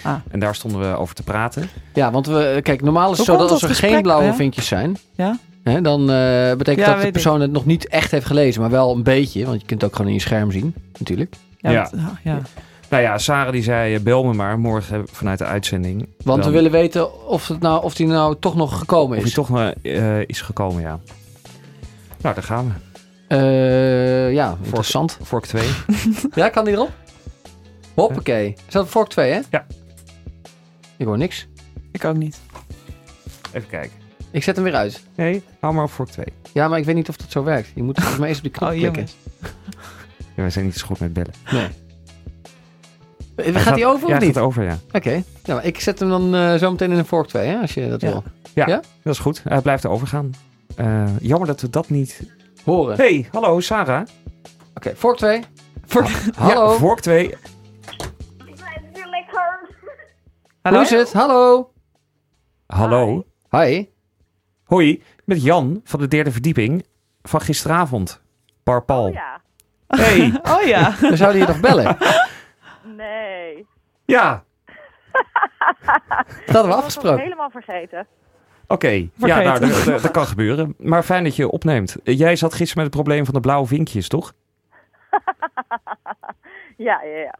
[SPEAKER 4] Ah.
[SPEAKER 2] En daar stonden we over te praten.
[SPEAKER 3] Ja, want we, eh, kijk, normaal is het
[SPEAKER 4] Hoe
[SPEAKER 3] zo dat
[SPEAKER 4] komt
[SPEAKER 3] als er
[SPEAKER 4] dat
[SPEAKER 3] geen
[SPEAKER 4] gesprek,
[SPEAKER 3] blauwe
[SPEAKER 4] hè?
[SPEAKER 3] vinkjes zijn,
[SPEAKER 4] Ja.
[SPEAKER 3] hè, dan eh, betekent
[SPEAKER 4] Ja,
[SPEAKER 3] dat
[SPEAKER 4] weet
[SPEAKER 3] de
[SPEAKER 4] ik.
[SPEAKER 3] persoon het nog niet echt heeft gelezen, maar wel een beetje, want je kunt het ook gewoon in je scherm zien, natuurlijk.
[SPEAKER 4] Ja,
[SPEAKER 2] Ja.
[SPEAKER 4] want- ja, ja.
[SPEAKER 2] Nou ja, Sarah die zei, eh, bel me maar morgen vanuit de uitzending.
[SPEAKER 3] Want
[SPEAKER 2] Dan-
[SPEAKER 3] we willen weten of, het nou, of die nou toch nog gekomen
[SPEAKER 2] Of
[SPEAKER 3] is.
[SPEAKER 2] hij toch eh, eh, is gekomen, ja. Nou, daar gaan we.
[SPEAKER 3] Eh, ja, interessant.
[SPEAKER 2] Vork 2.
[SPEAKER 3] Ja, kan die erop? Hoppakee. Is dat Vork 2, hè?
[SPEAKER 2] Ja.
[SPEAKER 3] Ik hoor niks.
[SPEAKER 4] Ik ook niet.
[SPEAKER 2] Even kijken.
[SPEAKER 3] Ik zet hem weer uit.
[SPEAKER 2] Nee, hou maar op vork 2.
[SPEAKER 3] Ja, maar ik weet niet of dat zo werkt. Je moet volgens mij eens op die knop
[SPEAKER 4] Oh,
[SPEAKER 3] klikken.
[SPEAKER 4] jongens.
[SPEAKER 2] Ja, wij zijn niet zo goed met bellen.
[SPEAKER 3] Eh, Gaat die over
[SPEAKER 2] ja,
[SPEAKER 3] of
[SPEAKER 2] hij
[SPEAKER 3] niet?
[SPEAKER 2] gaat over, ja.
[SPEAKER 3] Oké. Ja, maar ik zet hem dan eh, zo meteen in een Vork 2, hè? Als je dat
[SPEAKER 4] Ja.
[SPEAKER 3] wil
[SPEAKER 2] Dat is goed. Hij blijft erover gaan. Eh, jammer dat we dat niet...
[SPEAKER 3] horen.
[SPEAKER 2] Hey, hallo, Sarah.
[SPEAKER 3] Oké, Vork 2.
[SPEAKER 2] Ja,
[SPEAKER 3] Hallo.
[SPEAKER 2] vork 2.
[SPEAKER 4] Hallo?
[SPEAKER 3] Hoe is het? Hallo.
[SPEAKER 2] Hallo.
[SPEAKER 3] Hi.
[SPEAKER 2] Hoi, met Jan van de derde verdieping van gisteravond. Parpal. Hey,
[SPEAKER 4] Oh ja.
[SPEAKER 3] We zouden je toch bellen?
[SPEAKER 8] Nee.
[SPEAKER 2] ja,
[SPEAKER 3] Dat hadden we
[SPEAKER 8] Dat was ik
[SPEAKER 3] afgesproken.
[SPEAKER 8] helemaal vergeten.
[SPEAKER 2] oké. Ja,
[SPEAKER 4] Vergeten.
[SPEAKER 2] nou, dat, dat- dat kan gebeuren. Maar fijn dat je opneemt. Eh, Jij zat gisteren met het probleem van de blauwe vinkjes, toch?
[SPEAKER 8] Ja, ja, ja.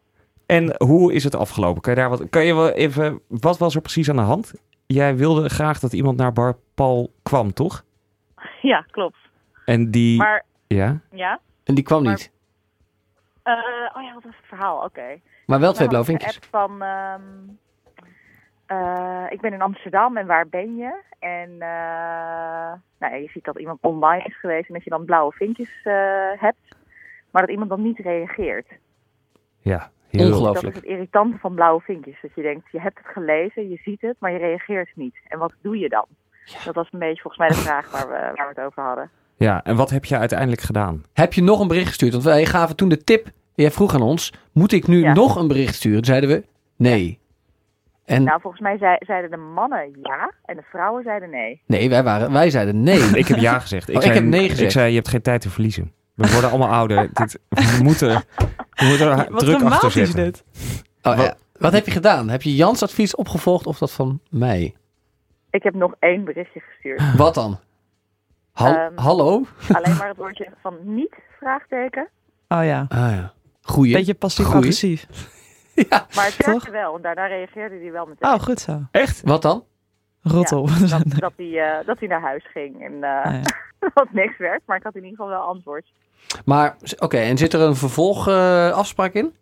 [SPEAKER 2] En hoe is het afgelopen? Kan je daar wat, kan je wel even, wat was er precies aan de hand? Jij wilde graag dat iemand naar Barpal kwam, toch?
[SPEAKER 8] Ja, klopt.
[SPEAKER 2] En die,
[SPEAKER 8] Maar,
[SPEAKER 2] ja,
[SPEAKER 8] ja.
[SPEAKER 3] En die kwam
[SPEAKER 8] Maar-
[SPEAKER 3] niet.
[SPEAKER 8] Eh, oh ja, wat was het verhaal? Oké.
[SPEAKER 3] Maar wel
[SPEAKER 8] Nou,
[SPEAKER 3] twee blauwe
[SPEAKER 8] een
[SPEAKER 3] vinkjes.
[SPEAKER 8] app van... ehm, eh, ik ben in Amsterdam en waar ben je? En eh, nou, ja, je ziet dat iemand online is geweest en dat je dan blauwe vinkjes eh, hebt. Maar dat iemand dan niet reageert.
[SPEAKER 2] ja, heel,
[SPEAKER 8] Dat is
[SPEAKER 3] Ongelooflijk.
[SPEAKER 8] het irritante van blauwe vinkjes. Dat je denkt, je hebt het gelezen, je ziet het, maar je reageert niet. En wat doe je dan? Dat was een beetje volgens mij de vraag waar we, waar we het over hadden.
[SPEAKER 2] ja. En wat heb je uiteindelijk gedaan?
[SPEAKER 3] Heb je nog een bericht gestuurd? Want wij gaven toen de tip. Jij vroeg aan ons, moet ik nu
[SPEAKER 8] Ja.
[SPEAKER 3] nog een bericht sturen? Toen zeiden we, nee. En
[SPEAKER 8] Nou, volgens mij zei- zeiden de mannen ja en de vrouwen zeiden nee.
[SPEAKER 3] nee, wij, waren, wij zeiden nee.
[SPEAKER 2] Ik heb ja gezegd. Ik,
[SPEAKER 3] Oh, ik
[SPEAKER 2] zei,
[SPEAKER 3] heb nee
[SPEAKER 2] Ik
[SPEAKER 3] gezegd.
[SPEAKER 2] zei, je hebt geen tijd te verliezen. We worden allemaal ouder. Dit, we moeten, we moeten er
[SPEAKER 4] Wat
[SPEAKER 2] druk achter
[SPEAKER 4] dramatisch is
[SPEAKER 2] zetten.
[SPEAKER 4] dit.
[SPEAKER 3] Oh, ja. Wat heb je gedaan? Heb je Jans advies opgevolgd of dat van mij?
[SPEAKER 8] Ik heb nog één berichtje gestuurd.
[SPEAKER 3] Wat dan? Hal-
[SPEAKER 8] Ehm.
[SPEAKER 3] Hallo?
[SPEAKER 8] Alleen maar het woordje van niet, vraagteken.
[SPEAKER 4] Oh ja.
[SPEAKER 3] Ah ja. Goeie.
[SPEAKER 4] Beetje passief-agressief.
[SPEAKER 8] Maar het
[SPEAKER 4] Toch?
[SPEAKER 8] werkte wel, want daarna reageerde hij wel meteen.
[SPEAKER 4] Oh, goed zo.
[SPEAKER 2] Echt?
[SPEAKER 3] Wat dan?
[SPEAKER 4] Rot
[SPEAKER 8] Ja,
[SPEAKER 4] op. Ah,
[SPEAKER 8] Dat, dat, hij, eh, dat hij naar huis ging en eh,
[SPEAKER 4] Nee.
[SPEAKER 8] dat niks werd, maar ik had in ieder geval wel antwoord.
[SPEAKER 3] Maar, oké, en zit er een vervolgafspraak afspraak in?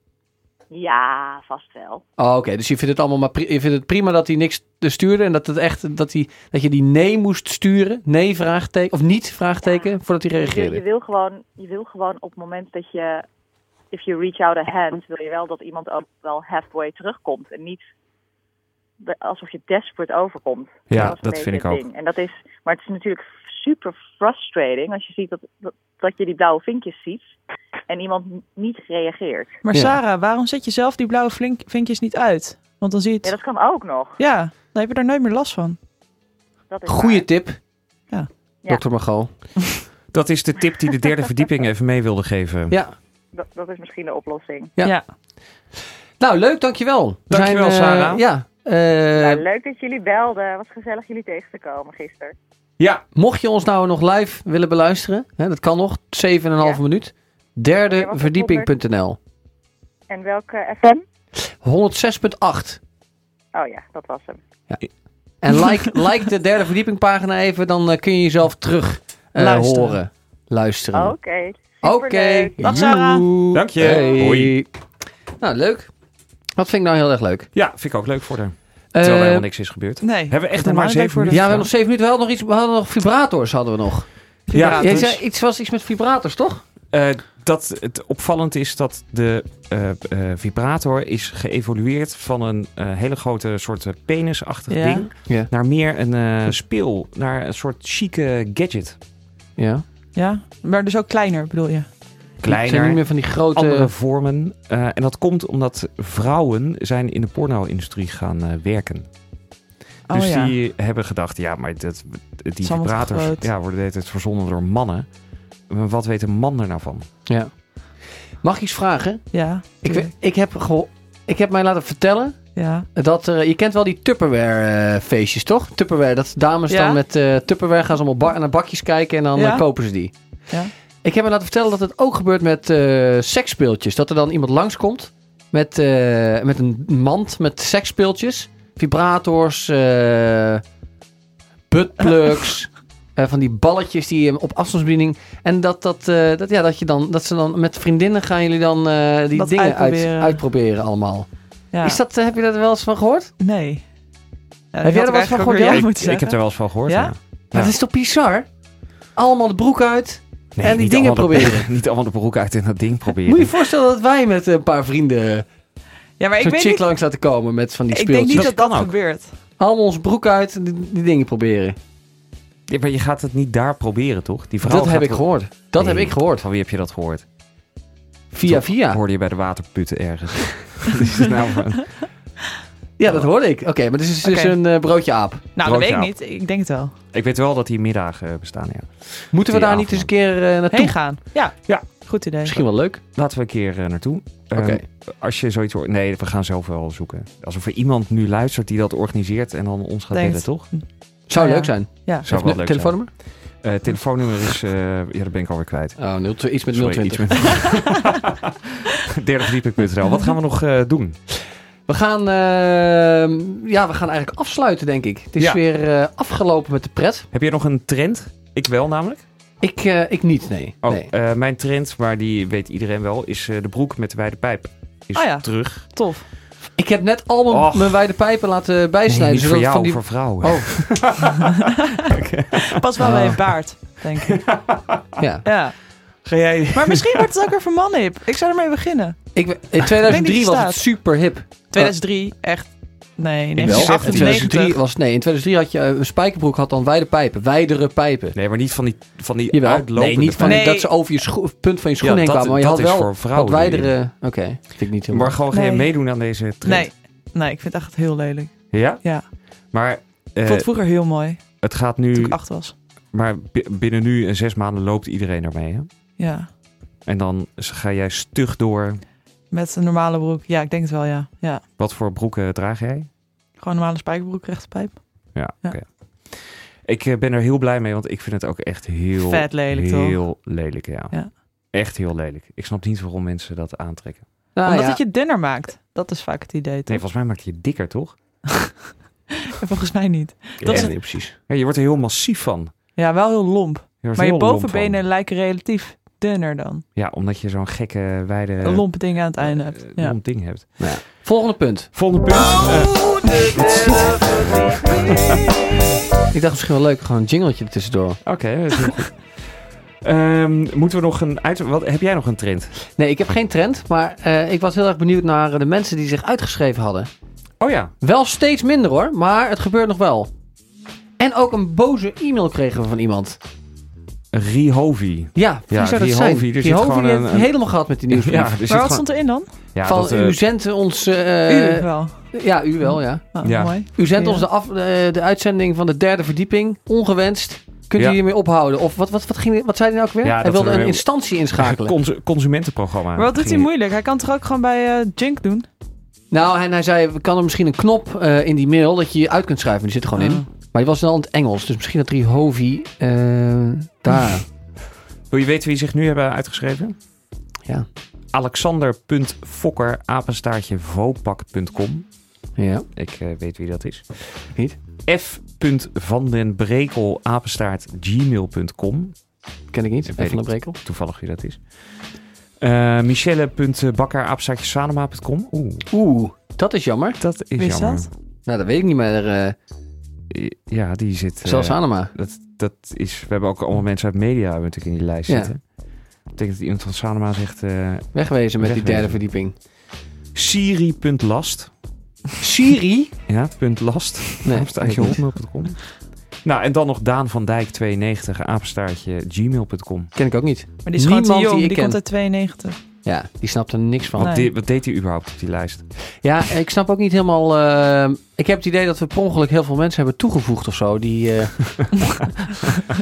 [SPEAKER 8] Ja, vast wel.
[SPEAKER 3] Oh, oké. Dus je vindt het allemaal maar pri- je vindt het prima dat hij niks te- stuurde en dat het echt dat hij dat je die nee moest sturen, nee vraagteken of niet vraagteken voordat hij
[SPEAKER 8] Je, wil- je,
[SPEAKER 3] reageerde.
[SPEAKER 8] wil gewoon, je wil gewoon op het moment dat je, if you reach out a hand, wil je wel dat iemand ook wel halfway terugkomt. En niet de- alsof je desperate overkomt.
[SPEAKER 2] Ja,
[SPEAKER 8] was een
[SPEAKER 2] dat
[SPEAKER 8] beetje
[SPEAKER 2] vind ik
[SPEAKER 8] het
[SPEAKER 2] ook.
[SPEAKER 8] ding. En dat is, maar het is natuurlijk super frustrating als je ziet dat, dat, dat je die blauwe vinkjes ziet en iemand n- niet reageert.
[SPEAKER 4] Maar
[SPEAKER 3] Ja.
[SPEAKER 4] Sarah, waarom zet je zelf die blauwe flink- vinkjes niet uit? Want dan zie je het...
[SPEAKER 8] Ja,
[SPEAKER 4] Ja,
[SPEAKER 8] dat kan ook nog.
[SPEAKER 4] dan heb je daar nooit meer last van.
[SPEAKER 8] Dat is
[SPEAKER 3] Goeie
[SPEAKER 8] waar.
[SPEAKER 3] tip.
[SPEAKER 4] Ja.
[SPEAKER 8] Ja.
[SPEAKER 3] Dr. Magal.
[SPEAKER 2] Dat is de tip die de derde verdieping even mee wilde geven.
[SPEAKER 3] Ja.
[SPEAKER 8] Dat, dat is misschien de oplossing.
[SPEAKER 3] Ja. Nou, leuk, dankjewel. We
[SPEAKER 2] Dankjewel,
[SPEAKER 3] zijn, eh,
[SPEAKER 2] Sarah.
[SPEAKER 3] ja. Eh,
[SPEAKER 8] Nou, leuk dat jullie belden. Wat gezellig jullie tegen te komen gisteren.
[SPEAKER 2] Ja,
[SPEAKER 3] mocht je ons nou nog live willen beluisteren, hè, dat kan nog 7,5
[SPEAKER 8] Ja.
[SPEAKER 3] minuut.
[SPEAKER 8] Ja, wat is
[SPEAKER 3] Derdeverdieping.nl
[SPEAKER 8] En welke FM?
[SPEAKER 3] 106.8.
[SPEAKER 8] Oh ja, dat was hem.
[SPEAKER 3] En like, like de derde verdieping pagina even, dan eh, kun je jezelf terug eh,
[SPEAKER 4] Luisteren.
[SPEAKER 3] horen. Luisteren.
[SPEAKER 8] Oké.
[SPEAKER 3] Oké.
[SPEAKER 8] Oh, superleuk.
[SPEAKER 4] Dag, Sarah.
[SPEAKER 3] Joe.
[SPEAKER 2] Dank je.
[SPEAKER 3] Hey.
[SPEAKER 2] Hoi.
[SPEAKER 3] Nou, leuk. Dat vind ik nou heel erg leuk.
[SPEAKER 2] ja, vind ik ook leuk voor haar.
[SPEAKER 3] Eh,
[SPEAKER 2] Terwijl er
[SPEAKER 3] Eh,
[SPEAKER 2] helemaal niks is gebeurd.
[SPEAKER 4] Nee.
[SPEAKER 2] Hebben we echt nog
[SPEAKER 4] Normaal
[SPEAKER 2] maar zeven
[SPEAKER 4] voor de-
[SPEAKER 2] minuten?
[SPEAKER 3] ja, we hebben nog zeven minuten. We hadden nog, iets, we hadden nog vibrators, hadden we nog.
[SPEAKER 2] Ja,
[SPEAKER 3] Jij
[SPEAKER 2] dus,
[SPEAKER 3] zei, iets was iets met vibrators, toch?
[SPEAKER 2] eh, dat het opvallend is dat de eh, eh, vibrator is geëvolueerd van een eh, hele grote soort eh, penisachtig
[SPEAKER 4] Ja.
[SPEAKER 2] ding
[SPEAKER 3] Ja.
[SPEAKER 2] naar meer een eh, speel, naar een soort chique gadget.
[SPEAKER 3] Ja.
[SPEAKER 4] Ja, maar dus ook kleiner bedoel je?
[SPEAKER 3] Het zijn
[SPEAKER 2] Kleiner,
[SPEAKER 3] niet meer van die grote...
[SPEAKER 2] andere vormen. Eh, en dat komt omdat vrouwen zijn in de porno-industrie gaan eh, werken.
[SPEAKER 4] Oh
[SPEAKER 2] dus
[SPEAKER 4] ja.
[SPEAKER 2] die hebben gedacht, ja, maar dat, die
[SPEAKER 4] is allemaal te
[SPEAKER 2] vibrators
[SPEAKER 4] groot.
[SPEAKER 2] ja, worden de hele tijd verzonnen door mannen. Maar wat weet een man er nou van?
[SPEAKER 3] Ja. Mag ik iets vragen?
[SPEAKER 4] Ja.
[SPEAKER 3] Ik, we- ik, heb geho- ik heb mij laten vertellen
[SPEAKER 4] Ja.
[SPEAKER 3] dat er... Je kent wel die Tupperware-feestjes, toch? Tupperware, dat dames
[SPEAKER 4] Ja.
[SPEAKER 3] dan met eh, Tupperware gaan ze allemaal ba- naar bakjes kijken en dan
[SPEAKER 4] Ja.
[SPEAKER 3] eh, kopen ze die.
[SPEAKER 4] Ja.
[SPEAKER 3] Ik heb me laten vertellen dat het ook gebeurt met eh seksspeeltjes. Dat er dan iemand langskomt met, eh, met een mand met seksspeeltjes. Vibrators, eh buttplugs, eh, van die balletjes die je op afstandsbediening... En dat, dat, eh, dat, ja, dat, je dan, dat ze dan met vriendinnen gaan jullie dan eh, die
[SPEAKER 4] Dat
[SPEAKER 3] dingen
[SPEAKER 4] uitproberen.
[SPEAKER 3] Uit, uitproberen allemaal.
[SPEAKER 4] ja.
[SPEAKER 3] Is dat, eh, heb je daar wel eens van gehoord?
[SPEAKER 4] Nee. Ja, dat
[SPEAKER 3] jij
[SPEAKER 4] had
[SPEAKER 3] er wat van
[SPEAKER 4] ik eigenlijk
[SPEAKER 3] gehoord,
[SPEAKER 4] ook weer
[SPEAKER 3] Jan?
[SPEAKER 4] jij
[SPEAKER 2] ik,
[SPEAKER 4] moeten
[SPEAKER 2] ik heb
[SPEAKER 4] zeggen.
[SPEAKER 2] er wel eens van gehoord.
[SPEAKER 4] Ja?
[SPEAKER 3] Maar dat is toch bizar? Allemaal de broek uit.
[SPEAKER 2] Nee,
[SPEAKER 3] En die
[SPEAKER 2] niet
[SPEAKER 3] dingen
[SPEAKER 2] allemaal de-
[SPEAKER 3] proberen.
[SPEAKER 2] niet allemaal de broek uit en dat ding proberen.
[SPEAKER 3] Moet je je voorstellen dat wij met eh, een paar vrienden
[SPEAKER 4] Ja, maar ik
[SPEAKER 3] zo'n
[SPEAKER 4] weet
[SPEAKER 3] chick
[SPEAKER 4] niet.
[SPEAKER 3] langs laten komen met van die
[SPEAKER 4] Ik denk
[SPEAKER 3] speeltjes.
[SPEAKER 4] niet dat
[SPEAKER 2] kan
[SPEAKER 4] dat
[SPEAKER 2] ook.
[SPEAKER 4] gebeurt.
[SPEAKER 3] Allemaal ons broek uit en die, die dingen proberen.
[SPEAKER 2] Ja, maar je gaat het niet daar proberen, toch? Die vrouw
[SPEAKER 3] dat
[SPEAKER 2] gaat
[SPEAKER 3] heb ik
[SPEAKER 2] wel-
[SPEAKER 3] gehoord. Dat
[SPEAKER 2] Nee.
[SPEAKER 3] heb ik gehoord.
[SPEAKER 2] Van wie heb je dat gehoord?
[SPEAKER 3] Via
[SPEAKER 2] Toch?
[SPEAKER 3] via.
[SPEAKER 2] Hoorde je bij de waterputten ergens. Dit is nou een-
[SPEAKER 3] Ja, dat hoorde ik. Oké, maar dit is dus
[SPEAKER 4] Oké.
[SPEAKER 3] een eh, broodje aap.
[SPEAKER 4] Nou, dat weet ik
[SPEAKER 2] Broodje
[SPEAKER 4] niet. Ik denk het wel.
[SPEAKER 2] ik weet wel dat die middagen eh, bestaan, ja.
[SPEAKER 3] Moeten we
[SPEAKER 2] Die
[SPEAKER 3] daar niet eens een keer eh, naartoe
[SPEAKER 4] Heen
[SPEAKER 3] gaan?
[SPEAKER 4] gaan. Ja.
[SPEAKER 2] Ja.
[SPEAKER 4] Goed idee.
[SPEAKER 3] Misschien wel leuk.
[SPEAKER 2] Laten we een keer eh, naartoe. Ehm,
[SPEAKER 3] Oké.
[SPEAKER 2] Als je zoiets hoort... Nee, we gaan zelf wel zoeken. Alsof er iemand nu luistert die dat organiseert en dan ons gaat
[SPEAKER 4] Denkt.
[SPEAKER 2] bellen, toch?
[SPEAKER 3] Zou
[SPEAKER 4] Ja.
[SPEAKER 3] leuk zijn.
[SPEAKER 4] Ja.
[SPEAKER 2] Zou wel leuk
[SPEAKER 3] Ne-
[SPEAKER 2] zijn.
[SPEAKER 3] Telefoonnummer?
[SPEAKER 2] Eh, telefoonnummer is... eh, ja, dat ben ik alweer kwijt.
[SPEAKER 3] Oh, 02, iets met
[SPEAKER 2] Sorry,
[SPEAKER 3] 020.
[SPEAKER 2] iets met- Derdeverdieping.nl. Wat gaan we nog eh, doen?
[SPEAKER 3] We gaan, eh, ja, we gaan eigenlijk afsluiten, denk ik. Het is
[SPEAKER 2] Ja.
[SPEAKER 3] weer eh, afgelopen met de pret.
[SPEAKER 2] Heb je nog een trend? Ik wel namelijk.
[SPEAKER 3] Ik, eh, ik niet, nee.
[SPEAKER 2] Oh,
[SPEAKER 3] nee.
[SPEAKER 2] eh, mijn trend, maar die weet iedereen wel, is eh, de broek met de wijde pijp. Is
[SPEAKER 4] Ah ja.
[SPEAKER 2] terug.
[SPEAKER 4] Tof.
[SPEAKER 3] Ik heb net al mijn,
[SPEAKER 2] Och.
[SPEAKER 3] mijn wijde pijpen laten
[SPEAKER 2] Nee,
[SPEAKER 3] bijsnijden.
[SPEAKER 2] niet voor
[SPEAKER 3] zodat
[SPEAKER 2] jou,
[SPEAKER 3] van die...
[SPEAKER 2] voor vrouwen.
[SPEAKER 3] Oh,
[SPEAKER 4] Pas wel bij je baard, denk ik.
[SPEAKER 3] ja.
[SPEAKER 4] Ja.
[SPEAKER 2] Ga jij...
[SPEAKER 4] Maar misschien wordt het ook weer voor mannen hip. Ik zou ermee beginnen.
[SPEAKER 3] Ik, we- in
[SPEAKER 4] Ik weet
[SPEAKER 3] 2003
[SPEAKER 4] niet
[SPEAKER 3] was
[SPEAKER 4] wie
[SPEAKER 3] het
[SPEAKER 4] staat.
[SPEAKER 3] super hip.
[SPEAKER 4] 2003, echt. Nee,
[SPEAKER 2] Ik wel.
[SPEAKER 3] In 2003
[SPEAKER 4] 1998.
[SPEAKER 3] was nee, in 2003 had je eh, een spijkerbroek had dan wijde pijpen, wijdere pijpen.
[SPEAKER 2] Nee, maar niet van die, van die
[SPEAKER 3] Jawel.
[SPEAKER 2] uitlopende
[SPEAKER 3] Nee, niet van
[SPEAKER 4] pijpen.
[SPEAKER 3] die- dat ze over je scho- punt van je schoen
[SPEAKER 2] Ja,
[SPEAKER 3] heen
[SPEAKER 2] dat-
[SPEAKER 3] kwamen, maar je
[SPEAKER 2] dat
[SPEAKER 3] had
[SPEAKER 2] is
[SPEAKER 3] wel
[SPEAKER 2] voor vrouwen
[SPEAKER 3] wat
[SPEAKER 2] die-
[SPEAKER 3] wijdere. Oké, vind ik niet heel.
[SPEAKER 2] Maar gewoon geen
[SPEAKER 4] Nee.
[SPEAKER 2] meedoen aan deze trend.
[SPEAKER 4] Nee. nee, ik vind het echt heel lelijk.
[SPEAKER 2] Ja?
[SPEAKER 4] Ja.
[SPEAKER 2] Maar eh,
[SPEAKER 4] Ik vond het vroeger heel mooi,
[SPEAKER 2] het gaat
[SPEAKER 4] toen
[SPEAKER 2] nu...
[SPEAKER 4] ik acht was.
[SPEAKER 2] Maar bi- binnen nu en zes maanden loopt iedereen ermee, hè?
[SPEAKER 4] Ja.
[SPEAKER 2] En dan ga jij stug door.
[SPEAKER 4] Met een normale broek. Ja, ik denk het wel, ja. ja.
[SPEAKER 2] Wat voor broeken draag jij?
[SPEAKER 4] Gewoon een normale spijkerbroek, rechte pijp.
[SPEAKER 2] Ja,
[SPEAKER 4] Ja.
[SPEAKER 2] oké. Ik eh, ben er heel blij mee, want ik vind het ook echt heel...
[SPEAKER 4] Vet lelijk, toch?
[SPEAKER 2] Heel lelijk, ja.
[SPEAKER 4] Ja.
[SPEAKER 2] Echt heel lelijk. Ik snap niet waarom mensen dat aantrekken.
[SPEAKER 3] Nou,
[SPEAKER 4] Omdat
[SPEAKER 3] ja,
[SPEAKER 4] het je dunner maakt. Dat is vaak het
[SPEAKER 2] Ah,
[SPEAKER 4] idee,
[SPEAKER 2] Nee,
[SPEAKER 4] toch?
[SPEAKER 2] volgens mij maakt je dikker, toch?
[SPEAKER 4] En Volgens mij niet.
[SPEAKER 2] Dat
[SPEAKER 4] is
[SPEAKER 2] is
[SPEAKER 4] het-
[SPEAKER 2] niet precies. Ja, je wordt er heel massief van. Je
[SPEAKER 4] Ja, wel heel lomp.
[SPEAKER 2] wordt
[SPEAKER 4] Maar
[SPEAKER 2] er
[SPEAKER 4] je
[SPEAKER 2] heel lomp van.
[SPEAKER 4] bovenbenen lijken relatief dunner dan.
[SPEAKER 2] Ja, omdat je zo'n gekke, wijde...
[SPEAKER 4] Een lomp ding aan het einde hebt.
[SPEAKER 2] eh,
[SPEAKER 4] Ja. Oh!
[SPEAKER 2] lomp ding hebt.
[SPEAKER 3] volgende punt.
[SPEAKER 2] Volgende punt.
[SPEAKER 3] Ik dacht misschien wel leuk gewoon een jingletje er tussendoor.
[SPEAKER 2] Eh, Oké, dat is heel goed. Ehm, moeten we nog een uit... Wat, heb jij nog een trend?
[SPEAKER 3] Nee, ik heb geen trend, maar eh, ik was heel erg benieuwd naar eh, de mensen die zich uitgeschreven hadden.
[SPEAKER 2] Oh ja.
[SPEAKER 3] Wel steeds minder hoor, maar het gebeurt nog wel. En ook een boze e-mail kregen we van iemand.
[SPEAKER 2] Rihovi.
[SPEAKER 3] Ja, wie
[SPEAKER 2] Ja,
[SPEAKER 3] zou dat
[SPEAKER 2] die
[SPEAKER 3] zijn?
[SPEAKER 2] Hovi, er
[SPEAKER 3] die
[SPEAKER 2] zit
[SPEAKER 3] Hovi
[SPEAKER 2] gewoon
[SPEAKER 3] heeft
[SPEAKER 2] een-
[SPEAKER 3] het
[SPEAKER 2] een-
[SPEAKER 3] helemaal gehad met die nieuwsbrief.
[SPEAKER 2] Ja, er zit
[SPEAKER 4] Maar wat
[SPEAKER 2] gewoon-
[SPEAKER 4] stond erin dan?
[SPEAKER 2] Ja,
[SPEAKER 3] van,
[SPEAKER 2] dat, eh,
[SPEAKER 3] u zendt ons...
[SPEAKER 4] U
[SPEAKER 3] eh,
[SPEAKER 4] wel.
[SPEAKER 3] ja, u wel, ja.
[SPEAKER 4] Oh,
[SPEAKER 2] ja.
[SPEAKER 4] mooi.
[SPEAKER 3] U zendt
[SPEAKER 4] Ja.
[SPEAKER 3] ons de, af, eh, de uitzending van de derde verdieping. Ongewenst. Kunt
[SPEAKER 2] Ja.
[SPEAKER 3] u hiermee ophouden? Of wat, wat, wat, ging, wat zei hij nou ook weer?
[SPEAKER 2] Ja,
[SPEAKER 3] hij
[SPEAKER 2] dat
[SPEAKER 3] wilde
[SPEAKER 2] we-
[SPEAKER 3] een instantie inschakelen.
[SPEAKER 2] Cons- consumentenprogramma.
[SPEAKER 4] Maar wat doet hij
[SPEAKER 2] Ging-
[SPEAKER 4] moeilijk? Hij kan toch ook gewoon bij eh, Jink doen?
[SPEAKER 3] Nou, en hij zei, we kan er misschien een knop eh, in die mail dat je je uit kunt schrijven. Die zit er gewoon
[SPEAKER 2] Ah.
[SPEAKER 3] in. Maar die was wel in het Engels. Dus misschien dat Rihovi eh daar...
[SPEAKER 2] Wil je weten wie zich nu hebben uitgeschreven?
[SPEAKER 3] Ja.
[SPEAKER 2] Alexander.fokker, apenstaartje, vopak.com.
[SPEAKER 3] ja.
[SPEAKER 2] Ik eh, weet wie dat is.
[SPEAKER 3] Niet?
[SPEAKER 2] F. Van den Brekel, apenstaart, gmail.com.
[SPEAKER 3] Ken ik niet.
[SPEAKER 2] Dat
[SPEAKER 3] Even
[SPEAKER 2] weet
[SPEAKER 3] van de
[SPEAKER 2] ik
[SPEAKER 3] Brekel.
[SPEAKER 2] Toevallig wie dat is. Eh Michelle.bakker, apenstaartje, sanoma.com. Oeh,
[SPEAKER 3] Oeh, dat is jammer.
[SPEAKER 2] dat is
[SPEAKER 4] Wie is
[SPEAKER 2] jammer.
[SPEAKER 4] dat?
[SPEAKER 3] Nou, dat weet ik niet meer. eh
[SPEAKER 2] Ja, die zit... eh,
[SPEAKER 3] zelfs Anema.
[SPEAKER 2] dat, dat is... We hebben ook allemaal mensen uit media hebben natuurlijk in die lijst
[SPEAKER 3] Ja.
[SPEAKER 2] zitten. Dat betekent dat iemand van Sanoma zegt... eh
[SPEAKER 3] Wegwezen met die
[SPEAKER 2] Wegwezen.
[SPEAKER 3] derde verdieping.
[SPEAKER 2] Siri.last.
[SPEAKER 3] Siri?
[SPEAKER 2] Ja, punt last.
[SPEAKER 3] Nee,
[SPEAKER 2] Apenstaartje
[SPEAKER 3] weet ik
[SPEAKER 2] hotmail.com. Nou, en dan nog Daan van Dijk 92, apenstaartje gmail.com.
[SPEAKER 3] Ken ik ook niet.
[SPEAKER 4] Maar die is gewoon te
[SPEAKER 3] Niemand die
[SPEAKER 4] jong, die,
[SPEAKER 3] ik ken.
[SPEAKER 4] komt uit 92.
[SPEAKER 3] Ja, die snapt er niks van.
[SPEAKER 2] Wat,
[SPEAKER 4] Nee.
[SPEAKER 2] deed- wat deed hij überhaupt op die lijst?
[SPEAKER 3] Ja, ik snap ook niet helemaal... eh, ik heb het idee dat we per ongeluk heel veel mensen hebben toegevoegd of zo. Die, eh,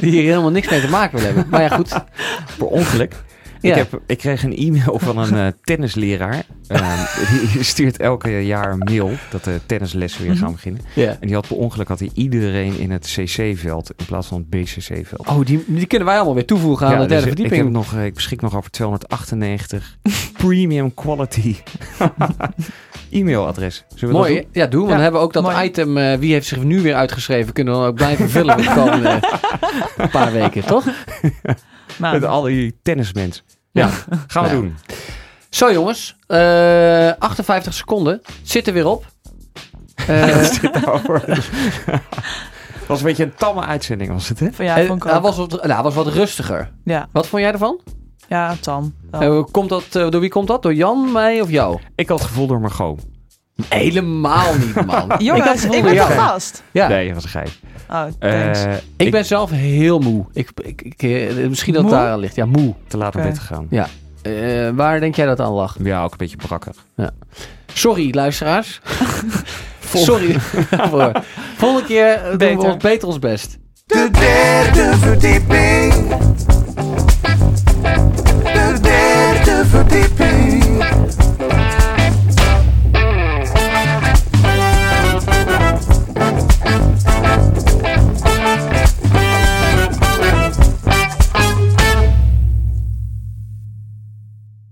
[SPEAKER 3] die hier helemaal niks mee te maken willen hebben. Maar ja, goed.
[SPEAKER 2] Per ongeluk.
[SPEAKER 3] Ja.
[SPEAKER 2] Ik, heb, ik kreeg een e-mail van een eh, tennisleraar. Eh, die stuurt elke jaar een mail dat de tennislessen
[SPEAKER 3] Mhm.
[SPEAKER 2] weer gaan beginnen.
[SPEAKER 3] Ja.
[SPEAKER 2] En die had per ongeluk had hij iedereen in het CC-veld in plaats van het BCC-veld.
[SPEAKER 3] Oh, die, die kunnen wij allemaal weer toevoegen aan de derde
[SPEAKER 2] ik,
[SPEAKER 3] verdieping.
[SPEAKER 2] heb nog, eh, ik beschik nog over 298 premium quality e-mailadres. Zullen we dat
[SPEAKER 3] Mooi. Ja, doe. Want
[SPEAKER 4] Ja,
[SPEAKER 3] dan hebben we ook dat
[SPEAKER 4] mooi.
[SPEAKER 3] item... eh, wie heeft zich nu weer uitgeschreven... kunnen we dan ook blijven vullen voor de komende paar weken, toch?
[SPEAKER 4] Maar
[SPEAKER 2] Met al die tennismens.
[SPEAKER 3] Ja.
[SPEAKER 2] Ja, gaan we
[SPEAKER 3] Ja.
[SPEAKER 2] doen.
[SPEAKER 3] Zo jongens, eh, 58 seconden. Zit er weer op. Eh,
[SPEAKER 2] was een beetje een tamme uitzending, was het, hè?
[SPEAKER 4] van- ja,
[SPEAKER 3] eh,
[SPEAKER 4] vond ik
[SPEAKER 3] hij,
[SPEAKER 4] ook.
[SPEAKER 3] was wat, nou, hij was wat rustiger.
[SPEAKER 4] Ja,
[SPEAKER 3] Wat vond jij ervan?
[SPEAKER 4] ja, Tam. Tam.
[SPEAKER 3] Eh, komt dat, eh, door wie komt dat? Door Jan, mij of jou?
[SPEAKER 2] Ik had het gevoel door Margot.
[SPEAKER 3] Helemaal niet, man. ik, had
[SPEAKER 4] Jongens,
[SPEAKER 3] het
[SPEAKER 4] ik,
[SPEAKER 3] gevoel
[SPEAKER 4] ben
[SPEAKER 3] door
[SPEAKER 4] toch
[SPEAKER 3] jou.
[SPEAKER 4] gast?
[SPEAKER 3] Ja.
[SPEAKER 2] Nee, dat was een gein.
[SPEAKER 4] Oh, thanks.
[SPEAKER 2] Eh,
[SPEAKER 3] ik ben zelf heel moe. Ik, ik, ik, eh, misschien dat het
[SPEAKER 4] Moe?
[SPEAKER 3] daar aan ligt. Ja, moe.
[SPEAKER 2] te laat op
[SPEAKER 4] Oké.
[SPEAKER 2] bed gegaan.
[SPEAKER 3] Ja. Eh, waar denk jij dat aan lag?
[SPEAKER 2] Ja, ook een beetje brakkig.
[SPEAKER 3] Sorry, luisteraars. Sorry. voor. Volgende keer eh, doen we
[SPEAKER 4] Beter.
[SPEAKER 3] ons beter ons best.
[SPEAKER 6] De derde verdieping.